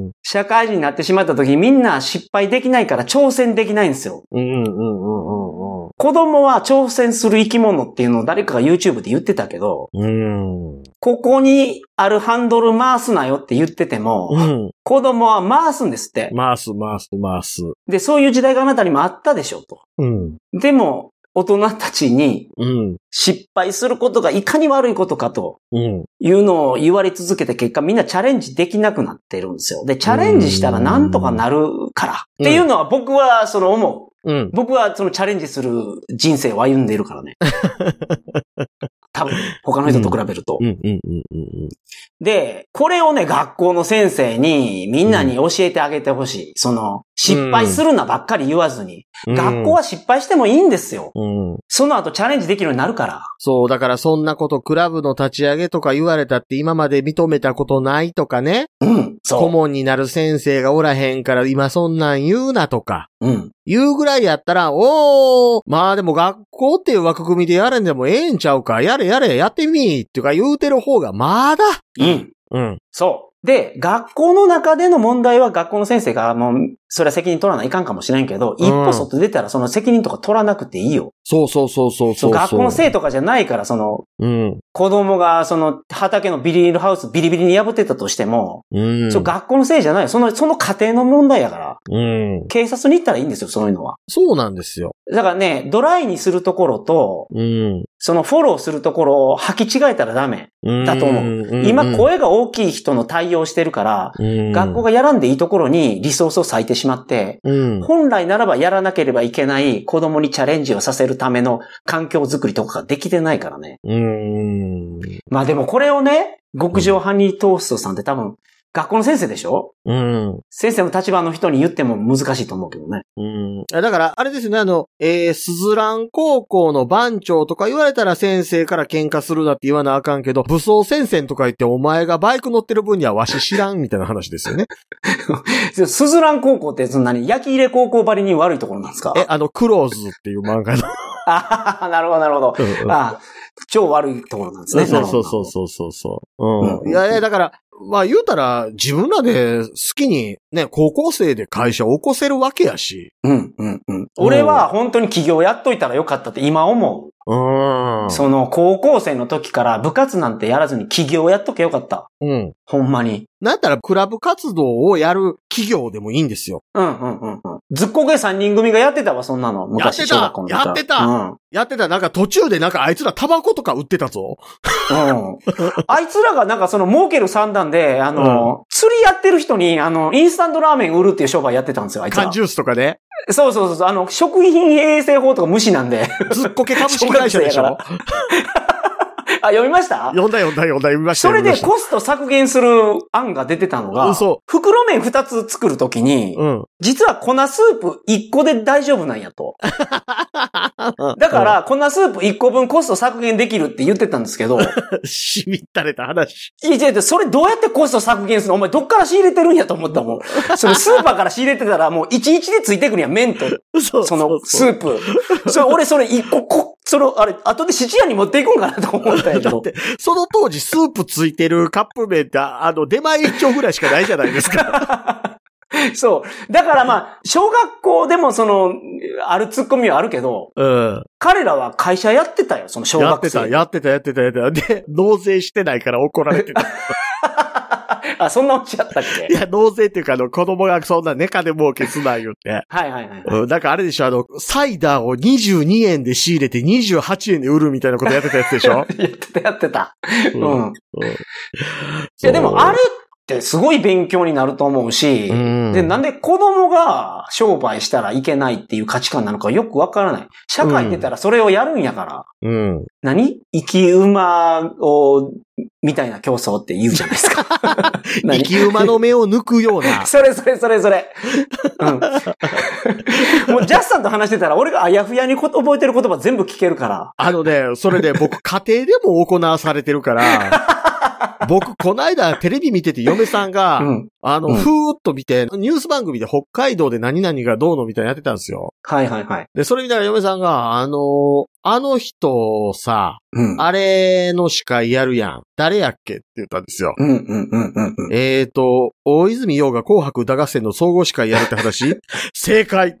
A: うん。
B: 社会人になってしまった時みんな失敗できないから挑戦できないんですよ。
A: うんうんうん
B: 子供は挑戦する生き物っていうのを誰かが YouTube で言ってたけど、
A: うんうん。うん。
B: ここにあるハンドル回すなよって言ってても、
A: うん。
B: 子供は回すんですって。
A: 回す回す回す。
B: で、そういう時代があなたにもあったでしょうと。
A: うん。
B: でも、大人たちに
A: うん。
B: 失敗することがいかに悪いことかと、
A: うん。
B: いうのを言われ続けた結果、みんなチャレンジできなくなってるんですよ。で、チャレンジしたらなんとかなるから。
A: うん
B: っていうのは僕はその思う。
A: うん。
B: 僕はそのチャレンジする人生を歩んでいる からね。多分、他の人と比べると。
A: うん。うん。うん。うん。
B: で、これをね、学校の先生にみんなに教えてあげてほしい。その、失敗するなばっかり言わずに。
A: うん
B: 学校は失敗してもいいんですよ。
A: うん。
B: その後チャレンジできるようになるから。
A: そう、だからそんなことクラブの立ち上げとか言われたって今まで認めたことないとかね。
B: うん、
A: 顧
B: そ
A: 問になる先生がおらへんから今そんなん言うなとか。
B: う。うん。
A: 言うぐらいやったら、おー、まあでも学校っていう枠組みでやれんでもええんちゃうか、やれやれ、やってみーっていうか言うてる方がまだ。
B: うん。
A: うん。
B: そう。で、学校の中での問題は学校の先生がもう、それは責任取らないかんかもしれんけど、
A: うん
B: 一歩外出たらその責任とか取らなくていいよ。
A: そうそうそうそう
B: そ
A: そうう。
B: 学校のせいとかじゃないから、その、
A: うん。
B: 子供がその畑のビニールハウスビリビリに破ってたとしても、
A: うん。
B: そう学校のせいじゃないよ。その、その家庭の問題やから、
A: うん。
B: 警察に行ったらいいんですよ、そういうのは。
A: そうなんですよ。
B: だからね、ドライにするところと、
A: うん。
B: そのフォローするところを履き違えたらダメ。だと思う今、声が大きい人の対応してるから、学
A: が、
B: 校がやらんでいいところにリソースを割いてしまって、
A: うん。
B: 本来ならばやらなければいけない子供にチャレンジをさせるための環境づくりとかができてないからね。
A: うん。
B: まあでもこれをね、極上ハニートーストさんって多分、学校の先生でしょ
A: うん。
B: 先生の立場の人に言っても難しいと思うけどね。
A: うん。だから、あれですよね、あの、えー、すずらん高校の番長とか言われたら先生から喧嘩するなって言わなあかんけど、武装戦線とか言ってお前がバイク乗ってる分にはわし知らんみたいな話ですよね。
B: スズラン高校ってそんなに焼き入れ高校ばりに悪いところなんですか
A: え、あの、クローズっていう漫画の。
B: あ あ、なるほど、なるほど。ああ、超悪いところなんです
A: そう
B: ね。
A: そうそうそうう。そうそうそう。
B: う
A: うんん。いやいや、だから、まあ言うたら、自分らで好きにね、高校生で会社を起こせるわけやし。
B: うん、うん、うん。俺は本当に起業やっといたらよかったって今思う。
A: うん。
B: その、高校生の時から部活なんてやらずに起業やっとけよかった。
A: うん。
B: ほんまに。
A: なんやったら、クラブ活動をやる企業でもいいんですよ。
B: うんうんうんうん。ずっこけ3人組がやってたわ、そんなの。昔、
A: やってた
B: 小学校の時から
A: やってた
B: うん。
A: やってたら、なんか途中でなんかあいつらタバコとか売ってたぞ。
B: うん。あいつらがなんかその儲ける三段で、あの、釣りやってる人に、あの、インスタントラーメン売るっていう商売やってたんですよ、あいつら
A: 缶。ジュースとか ね。
B: そうそうそうそう。あの、食品衛生法とか無視なんで。
A: ずっこけ株式会社でし
B: 小
A: ょ
B: 学あ、読みました
A: 読んだ読んだ読んだ読みましたよ。
B: それで
A: 読みまし
B: コスト削減する案が出てたの
A: う
B: が
A: ん、そ
B: 袋麺2つ作るときに、実は粉スープ1個で大丈夫なんやと。
A: た。うん。
B: だか、ら、粉スープ1個分コスト削減できるって言ってたんですけど、い
A: しみったれた話。
B: やいやいやそれどうやってコスト削減するのお前どっから仕入れてるんやと思った もん。それスーパーから仕入れてたらもう1日でついてくるやん、麺と、
A: そう
B: そ
A: そう
B: の
A: そ
B: ス
A: う。
B: ープ。それ俺それ1個こその、あれ、後で質屋に持っていくんかなと思ったんやけど。
A: その当時スープついてるカップ麺って、あの、出前一丁ぐらいしかないじゃないです か。
B: そう。だからまあ、小学校でもその、あるツッコミはあるけど、
A: うん。
B: 彼らは会社やってたよ、その小
A: やっ
B: 学
A: てた、
B: 生。
A: やってた、やってた、やってた。で、納税してないから怒られ てた。
B: あ、そんなオチやったっ
A: い
B: け
A: や、納税っていうか、あの、子供がそんなネカで儲けすな言って。
B: はいはいはい。
A: うん、なんかあれでしょ、あの、サイダーを22円で仕入れて28円で売るみたいなことやってたやつでしょ
B: やってたやってた。
A: う
B: うん。い
A: うん
B: やでもあれってすごい勉強になると思うし、
A: うん
B: で、なんで子供が商売したらいけないっていう価値観なのかよくわからない。社会出たらそれをやるんやから。
A: うん。
B: 何生き馬を、みたいな競争って言うじゃないで すか。
A: 生き馬の目を抜くような。
B: それそれそれそれ。うん。 もうジャスさんと話してたら俺があやふやにこ覚えてる言葉全部聞けるから。
A: あのね、それで僕家庭でも行わされてるから、 僕こないだテレビ見てて嫁さんが、
B: うん。
A: あの、
B: うん
A: ふーっと見て、ニュース番組で北海道で何々がどうのみたいなのやってたんですよ。
B: はいはいはい。
A: で、それ見たら嫁さんが、あの、あの人さ、
B: うん。
A: あれの司会やるやん。誰やっけって言ったんですよ。
B: うんうんうんうんうん。
A: えーと、大泉洋が紅白歌合戦の総合司会やるって話正解って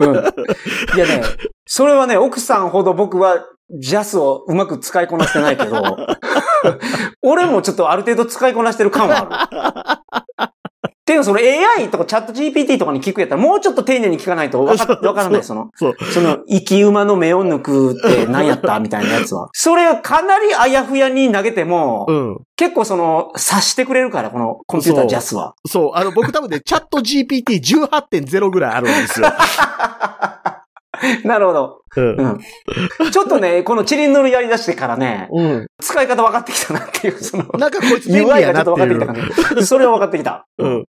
A: 言って
B: うん。いやね、それはね、奥さんほど僕はジャスをうまく使いこなしてない けど、俺もちょっとある程度使いこなしてる感はある。っていうかその AI とかチャット GPT とかに聞くやったらもうちょっと丁寧に聞かな いとわかわからない、その。
A: そう。
B: その、生き馬の目を抜くって何やったみたいなやつは。それはかなりあやふやに投げても、
A: うん。
B: 結構その、察してくれるから、このコンピュータージャスは。
A: そう、あの、僕多分ね、チャット GPT18.0 ぐらいあるんですよ。
B: なるほど。
A: うん
B: う ん。ちょっとね、このチリンノルやり出してからね、
A: うん。
B: 使い方分かってきたなって いう、その、
A: なんかこいつ便利
B: UI
A: や
B: がちょ
A: な
B: っと
A: って
B: 分かっ
A: い
B: てき
A: う
B: た。からね。それは分かってきた。
A: うん。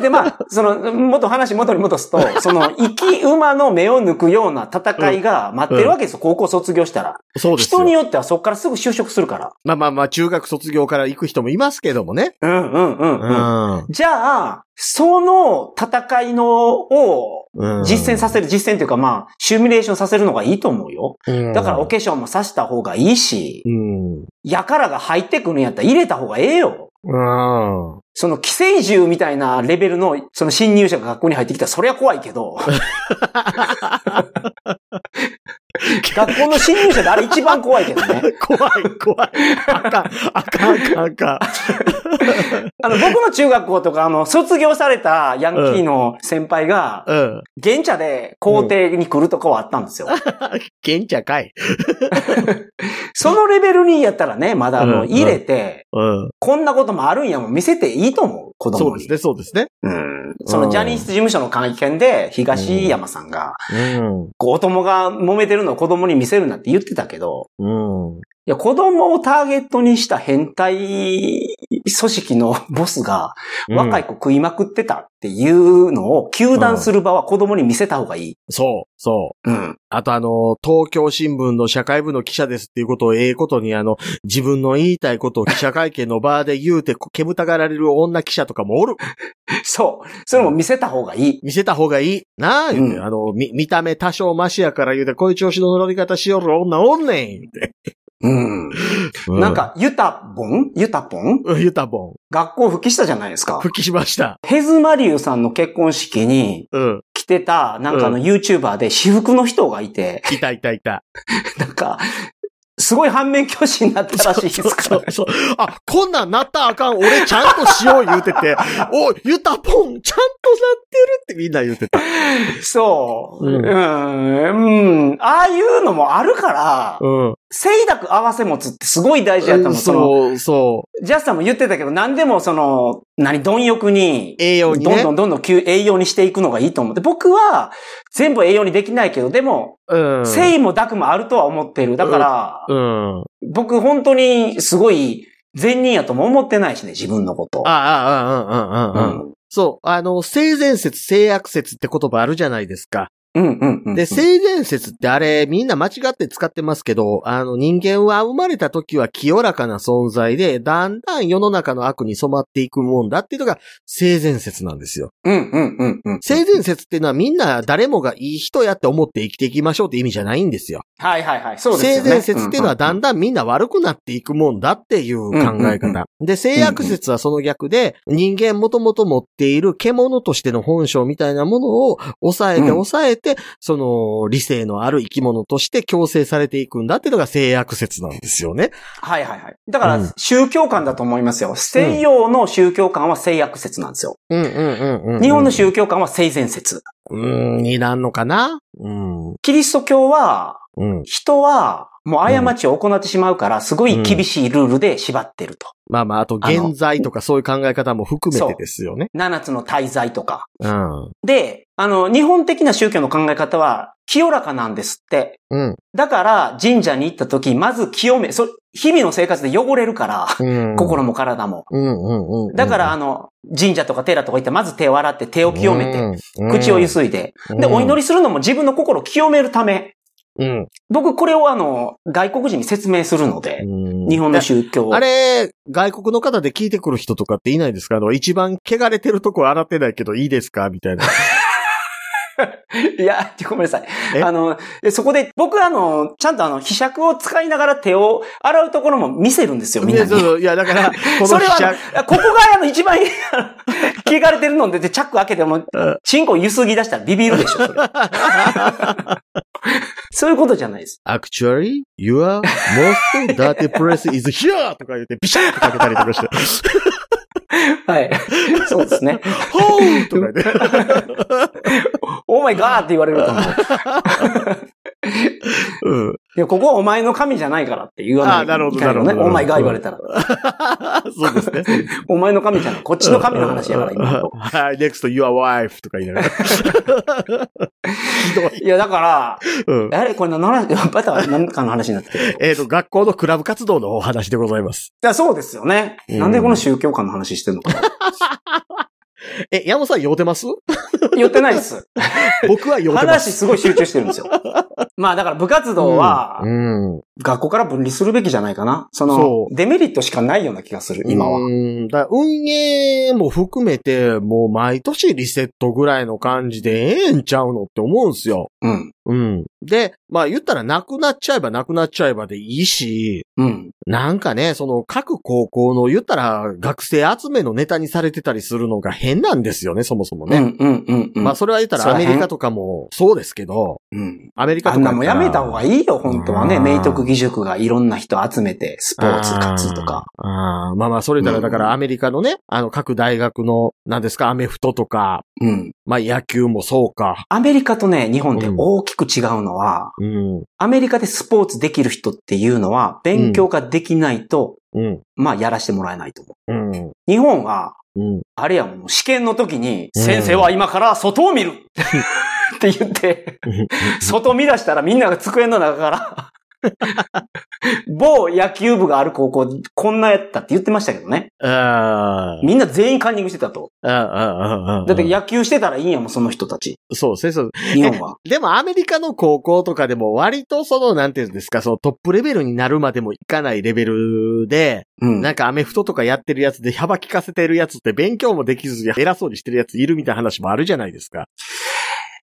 B: で、まあ、その、元話元に戻 すと、その、生き馬の目を抜くような戦いが待ってるわけですよ、高校卒業したら。
A: そうですよ。
B: 人によってはそこからすぐ就職するから。
A: まあまあまあ、中学卒業から行く人もいますけどもね。
B: うんうんうん
A: う
B: うん。
A: ん。
B: じゃあ、その戦いのを
A: うん
B: 実践させる、実践というかまあ、シミュレーションさせるのがいいと思うよ。
A: うん
B: だからお化粧もさした方がいいし
A: う、ん。うん。
B: やからが入ってくるんやったら入れた方がええよ。
A: うん。
B: その寄生獣みたいなレベルの、その侵入者が学校に入ってきたらそりゃ怖い けど。学校の侵入者であれ一番怖いけどね。
A: 怖い、怖い。あかん、あかん、あかん、あか
B: あの、僕の中学校とか、あの、卒業されたヤンキーの先輩が、
A: ん。うん。
B: 現茶で校庭に来るとかはあったんですよ。
A: 賢者かい。
B: そのレベルにやったらね、まだあ
A: う
B: の、
A: ん
B: 入れて、
A: うん。
B: こんなこともあるんやもん見せていいと思う、子
A: そ
B: 供
A: うで
B: に。
A: すね、そうですね。
B: うん。そのジャニーズ事務所の会見で、東山さんが、こう、お供が揉めてるのを子供に見せるなって言ってたけど、
A: うん。うん。
B: いや、子供をターゲットにした変態組織のボスが、若い。子食いまくってたっていうのを、糾弾する場は子供に見せた方がいい。
A: そう、そう。
B: うん。
A: あとあの、東京新聞の社会部の記者ですっていうことをええことにあの、自分の言いたいことを記者会見の場で言うて、こ煙たがられる女記者とかもおる。
B: そう。それも見せた方がいい。
A: 見せた方がいい。なあ、言うて、
B: うん
A: あの、み、見た目多少マシやから言うて、こういう調子の乗り方しよる女おんねん言うて。
B: うん。なん、か、ユタボンユタポン
A: うん、ゆたぼん。
B: 学校復帰したじゃないですか。
A: 復帰しました。
B: ヘズマリュウさんの結婚式に
A: うん。
B: 来てた、なんかあの YouTuber で私服の人がいて、
A: いたいたいた。
B: なんか、すごい反面教師になったらしいですか
A: そ
B: ら
A: う。そう。あ、こんなんなったらあかん。俺ちゃんとしよう言うて て。おい、ゆたぽん、ちゃんとなってるってみんな言うてた。
B: そう。
A: う
B: うんん。うん。ああいうのもあるから、
A: うん。
B: 清濁合わせ持つってすごい大事やと思う。その、
A: そう、そ
B: ジャスさんも言ってたけど、何でもその、何、貪欲に
A: う。、栄養に
B: どん
A: ね
B: ど。んどんどん急栄養にしていくのがいいと思って、僕は全部栄養にできないけど、でも、
A: うん。
B: 誠意も濁もあるとは思ってる。だから、
A: うん。あ
B: 僕本当にすごい善人やとも思ってないしね、自分のこと。
A: あ、ああ、うん、うん、うん、うん。そう。あの、性善説、性悪説って言葉あるじゃないですか。
B: うんうんうん。
A: で、性善説ってあれ、みんな間違って使ってますけど、あの、人間は生まれた時は清らかな存在で、だんだん世の中の悪に染まっていくもんだっていうのが、性善説なんですよ。
B: うんうんうんうん。
A: 性善説っていうのはみんな誰もがいい人やって思って生きていきましょうって意味じゃないんですよ。
B: はいはいはい。そうです
A: 性
B: よね。
A: 善説っていうのはだん
B: だ
A: だんみんな悪くなっていくもんだっていう考え
B: うんうん
A: 方。で、性悪説はその逆で、人間もともと持っている獣としての本性みたいなものを抑えて
B: うん
A: 抑えて、その理性のある生き物として強制されていくんだっていうのが性悪説なんですよね。
B: はいはいはい。だか
A: う
B: ら
A: ん、
B: 宗教観だと思いますよ。西洋の宗教観は性悪説なんですよ。
A: うんうんうんうん。
B: 日本の宗教観は性善説。
A: うん、になんのかなうん。
B: キリスト教は、
A: うん。
B: 人は、もう過ちを行ってしまうから、すごい厳しいルールで縛ってると。
A: まあまあ、あと、現在とかそういう考え方も含め
B: そ
A: て
B: う
A: ですよね。
B: 七つの大罪とか。
A: うん。
B: で、あの、日本的な宗教の考え方は、清らかなんですって。
A: うん。
B: だから、神社に行った時、まず清め、そ日々の生活で汚れるから、
A: うん。
B: 心も体も。
A: うんうんうん。
B: だから、あの、神社とか寺とか行って、まず手を洗って、手を清めて、
A: て
B: 口をゆ
A: す。
B: すいで。
A: うん
B: で、お祈りするのも自分の心を清めるため。
A: うん。
B: 僕、これをあの、外国人に説明するので、日
A: 日
B: 本の宗教を。
A: あれ、外国の方で聞いてくる人とかっていないですかあの、一番汚れてるとこ洗ってないけどいいですかみたいな。
B: いや、ごめんなさ
A: え
B: い。あの、えそこで、僕あの、ちゃんとあの、被釈を使いながら手を洗うところも見せるんですよ、 みんな
A: ねそう
B: に。
A: そういや、だ から、この
B: それは
A: 飛車
B: あの、ここがあの、一番、 あの汚れてるので、でチャック開けても
A: うん、
B: チンコゆすぎ出したらビビるでしょ、そ れそういうことじゃないです。
A: Actually, your most dirty place is here! とか言って、ビシャーってかけたりとかして、
B: はい。そうですね。
A: ほーとか言って。
B: オーマイガーって言われると思う。
A: うん。
B: いや、ここはお前の神じゃないからって言わない。
A: あなるほど
B: いかんよ
A: なるほどな
B: ね。
A: るほど
B: お前が言われたら。
A: そうです ね。
B: お前の神じゃない。こっちの神の話やから、今の とこ。
A: はい、next, your wife! とか言いながら。ひどい。
B: いや、だから、
A: うん。
B: あれこれ何の話、バタは何かの話になってて。い
A: えっ、と、学校のクラブ活動のお話でございます。
B: や、そうですよね。
A: うん
B: なんでこの宗教観の話してんのかな。
A: え、山本さん酔うてます
B: 言ってないです。
A: 僕は酔うてます。
B: 話すごい集中してるんですよ。まあだから部活動は
A: う、ん。
B: 学校から分離するべきじゃないかな。
A: そ
B: その、デメリットしかないような気がする、今は。
A: うん。だから運営も含めて、もう毎年リセットぐらいの感じでええんちゃうのって思うんすよ。
B: うん。
A: うん。で、まあ言ったらなくなっちゃえばなくなっちゃえばでいいし、
B: うん。
A: なんかね、その各高校の言ったら学生集めのネタにされてたりするのが変なんですよね、そもそも
B: う
A: ね。
B: ん、うん、うん、うん。
A: まあそれは言ったらアメリカとかもそうですけど、
B: うん。
A: アメリカ
B: あ
A: とか
B: んなもんやめた方が
A: いい。
B: いいよ、本当はね。
A: うん
B: 明徳義塾がいろんな人集めて、スポーツ活とか。
A: あー。あーまあまあ、それなら、だからアメリカのね、あの、各大学の、なんですか、アメフトとか、
B: うん。
A: まあ野球もそうか。
B: アメリカとね、日本で
A: うん
B: 大きく違うのは、
A: うん。
B: アメリカでスポーツできる人っていうのは、勉強ができないと、
A: うん。
B: まあ、やらしてもらえないと思
A: うん。
B: う。日本は、
A: うん。
B: あれやもん、試験の時に、
A: うん
B: 先生は今から外を見るって言って、外を見出したらみんなが机の中 から、某野球部がある高校、こんなやったって言ってましたけどね。
A: あー
B: みんな全員カンニングしてたと。
A: あー。あーあー。
B: だって野球してたらいいんやもん、その人たち。
A: そうですね、そうです
B: 日本は。
A: でもアメリカの高校とかでも割とその、なんていうんですか、そのトップレベルになるまでもいかないレベルで、
B: うん。
A: なんかアメフトとかやってるやつで幅利かせてるやつって勉強もできずに偉そうにしてるやついるみたいな話もあるじゃないですか。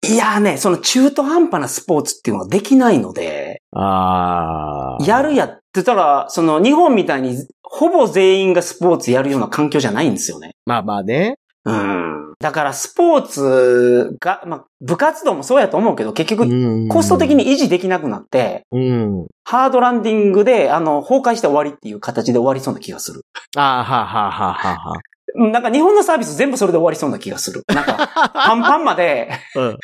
B: いやーね、その中途半端なスポーツっていうのはできないので、
A: ああ。
B: やるやって言ったら、その日本みたいにほぼ全員がスポーツやるような環境じゃないんですよね。
A: まあまあね。
B: うん。だからスポーツが、まあ、部活動もそうやと思うけど、結局コ
A: コ
B: スト的。に維持できなくなって、
A: うん。
B: ハードランディングで、あの、崩壊して終わりっていう形で終わりそうな気がする。
A: ああ、はあはあはあはあは
B: うんなんか日本のサービス全部それで終わりそうな気がする。なんか、 パンパンまで、
A: うん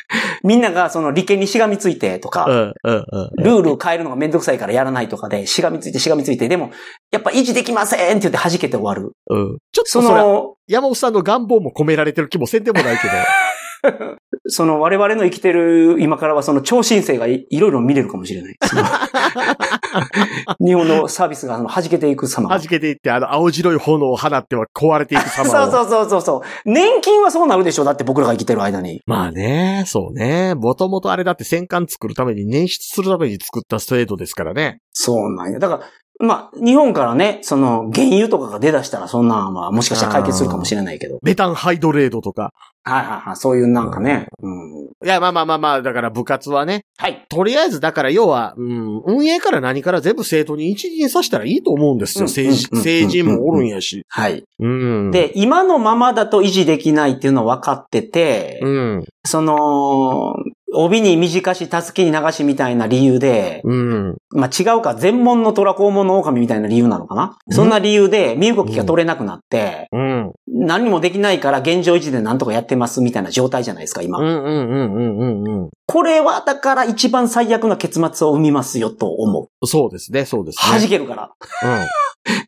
B: みんながその利権にしがみついてとか、
A: あ。うん、うん、うん。
B: ルールを変えるのがめんどくさいからやらないとかで、しがみついてしがみついて、でも、やっぱ維持できませんって言って弾けて終わる。
A: うん。ちょっと
B: そ
A: その、
B: の、
A: 山本さんの願望も込められてる気もせんでもないけど。
B: その我々の生きてる今からはその超新星がいいろいろ見れるかもしれない。その日本のサービスがあの弾けていく様
A: 弾。けていって、あの、青白い炎を放っては壊れていく
B: そ
A: 様
B: う
A: を。
B: そうそうそうそう。年金はそうなるでしょだって僕らが生きてる間に。
A: まあね、そうね。もともとあれだって戦艦作るために、捻出するために作ったストレートですからね。
B: そうなんや。だから、まあ、日本からね、その、原油とかが出だしたら、そんなんは、もしかしたら解決するかもしれないけど。
A: メタンハイドレードとか。
B: はいはいはい。そういうなんかね。うん。
A: いや、まあまあまあまあ、だから部活はね、
B: はい。
A: とりあえずだから要は、うん、運営から何から全部生徒に一任させたらいいと思うんです
B: うん
A: よ。成人
B: うん
A: 成人もおるんやし。
B: はい。
A: うん。、
B: で、今のままだと維持できないっていうのは分かってて、
A: うん。
B: その、帯に短し、たすきに流しみたいな理由で、
A: うん。
B: まあ、違うか、全門の虎、肛門の狼みたいな理由なのかな、
A: うん
B: そんな理由で、身動きが取れなくなって、
A: うん。
B: 何もできないから現状維持で何とかやってますみたいな状態じゃないですか、今。
A: うんうんうんうんうんうん。
B: これは、だから一番最悪な結末を生みますよ、と思う。
A: そうですね、そうです
B: 弾
A: ね。
B: けるから。
A: うん。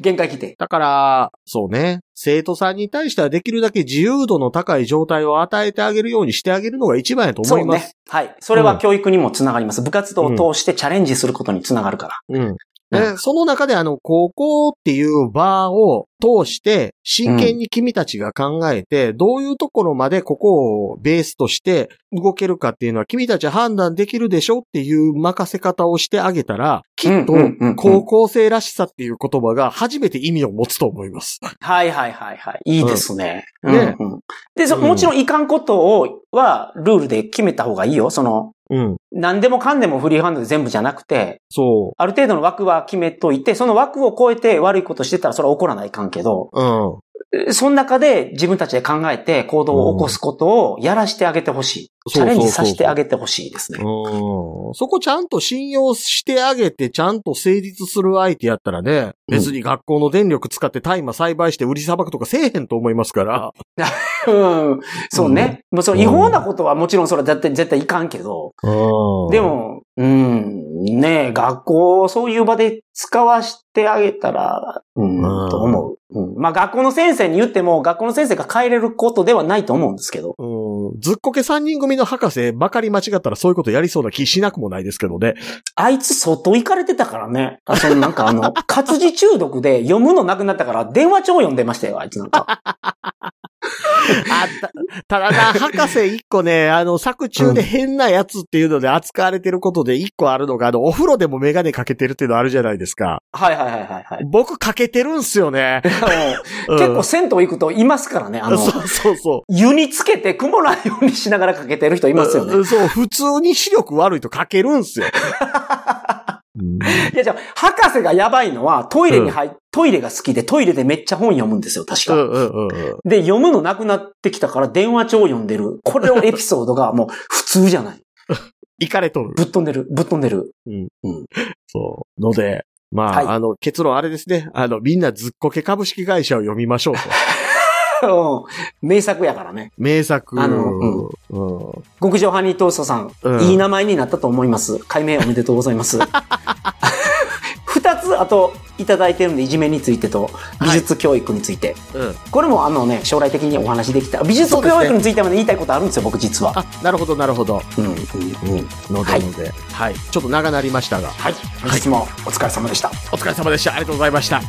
B: 限界来て。
A: だから、そうね。生徒さんに対してはできるだけ自由度の高い状態を与えてあげるようにしてあげるのが一番やと
B: そ
A: 思
B: う
A: います。
B: ね。はい。それは教育にもつながります。部活動を通してチャレンジすることにつながるから。
A: うん。でその中であの、高校っていう場を通して、真剣に君たちが考えて、どういうところまでここをベースとして動けるかっていうのは君たちは判断できるでしょっていう任せ方をしてあげたら、きっと
B: うんうんうんうん
A: 高校生らしさっていう言葉が初めて意味を持つと思います。
B: はいはいはいはい。いいですね。
A: うんね
B: うんうんで、そ
A: うん
B: もちろんいかんことを、は、ルールで決めた方がいいよ。その、
A: うん。
B: 何でもかんでもフリーハンドで全部じゃなくて、
A: そ
B: ある程度の枠は決めといて、その枠を超えて悪いことしてたらそれは起こらないかんけど、
A: う。うん。
B: えその中で自分たちで考えて行動を起こすことをやらしてあげてほしい。チ
A: そうそうそうそう
B: ャレンジさせてあげてほしいですね。
A: うんそこちゃんと信用してあげて、ちゃんと成立する相手やったらね、
B: うん
A: 別に学校の電力使って大麻栽培して売りさばくとかせえへんと思いますから。
B: うん。そうね。もうその違法なことはもちろんそれは絶対、絶対いかんけど、でも、うん、ねえ、学校をそういう場で使わしてあげたら、うん、
A: うん
B: と思う、うん。まあ学校の先生に言っても、学校の先生が変えれることではないと思うんですけど。
A: うん、ずっこけ三人組の博士ばかり間違ったらそういうことやりそうな気しなくもないですけどね。
B: あいつ相当行かれてたからね。あそのなんかあ の、活字中毒で読むのなくなったから電話帳読んでましたよ、あいつなん か。
A: あた、ただな、博士一個ね、あの、作中で変なやつっていうので扱われてることで一個あるのが、あの、お風呂でもメガネかけてるっていうのあるじゃないですか。
B: はいはいはいはいはい。
A: 僕かけてるんすよね。
B: もう結構銭湯行くといますからね、あ
A: うん
B: の、
A: そうそうそう。
B: 湯につけて曇らんようにしながらかけてる人いますよね
A: う。んそう、普通に視力悪いと書けるんすよ。
B: いや、じゃあ、博士がやばいのは、トイレに入っ、トイレが好きで、トイレでめっちゃ本読むんですよ、確
A: う
B: か。
A: んうんうん
B: で、読むのなくなってきたから電話帳を読んでる。これのエピソード がもう普通じゃない。
A: いかれとる。
B: ぶっ飛んでる、ぶっ飛んでる。
A: そう。ので、まあ、
B: はい
A: あの、結論あれですね。あの、みんなずっこけ株式会社を読みましょうと。
B: うん名作やからね。
A: 名作。
B: あの
A: うん
B: 極上ハニートーストさん、
A: うん
B: いい名前になったと思います。改名おめでとうございます。 二つ、あと、いただいてるんで、いじめについてと、美術教育について。
A: うん
B: これも、あのね、将来的にお話できた。美術
A: そうです
B: 教
A: ね
B: 育についてもね、言いたいことあるんですよ、僕実は。
A: あ、なるほど、なるほど。
B: うん、うん、うん。
A: の
B: は
A: で、
B: い
A: ので。はい。ちょっと長なりましたが。
B: はい、本日もお疲れ様でした。
A: お疲れ様でした。ありがとうございました。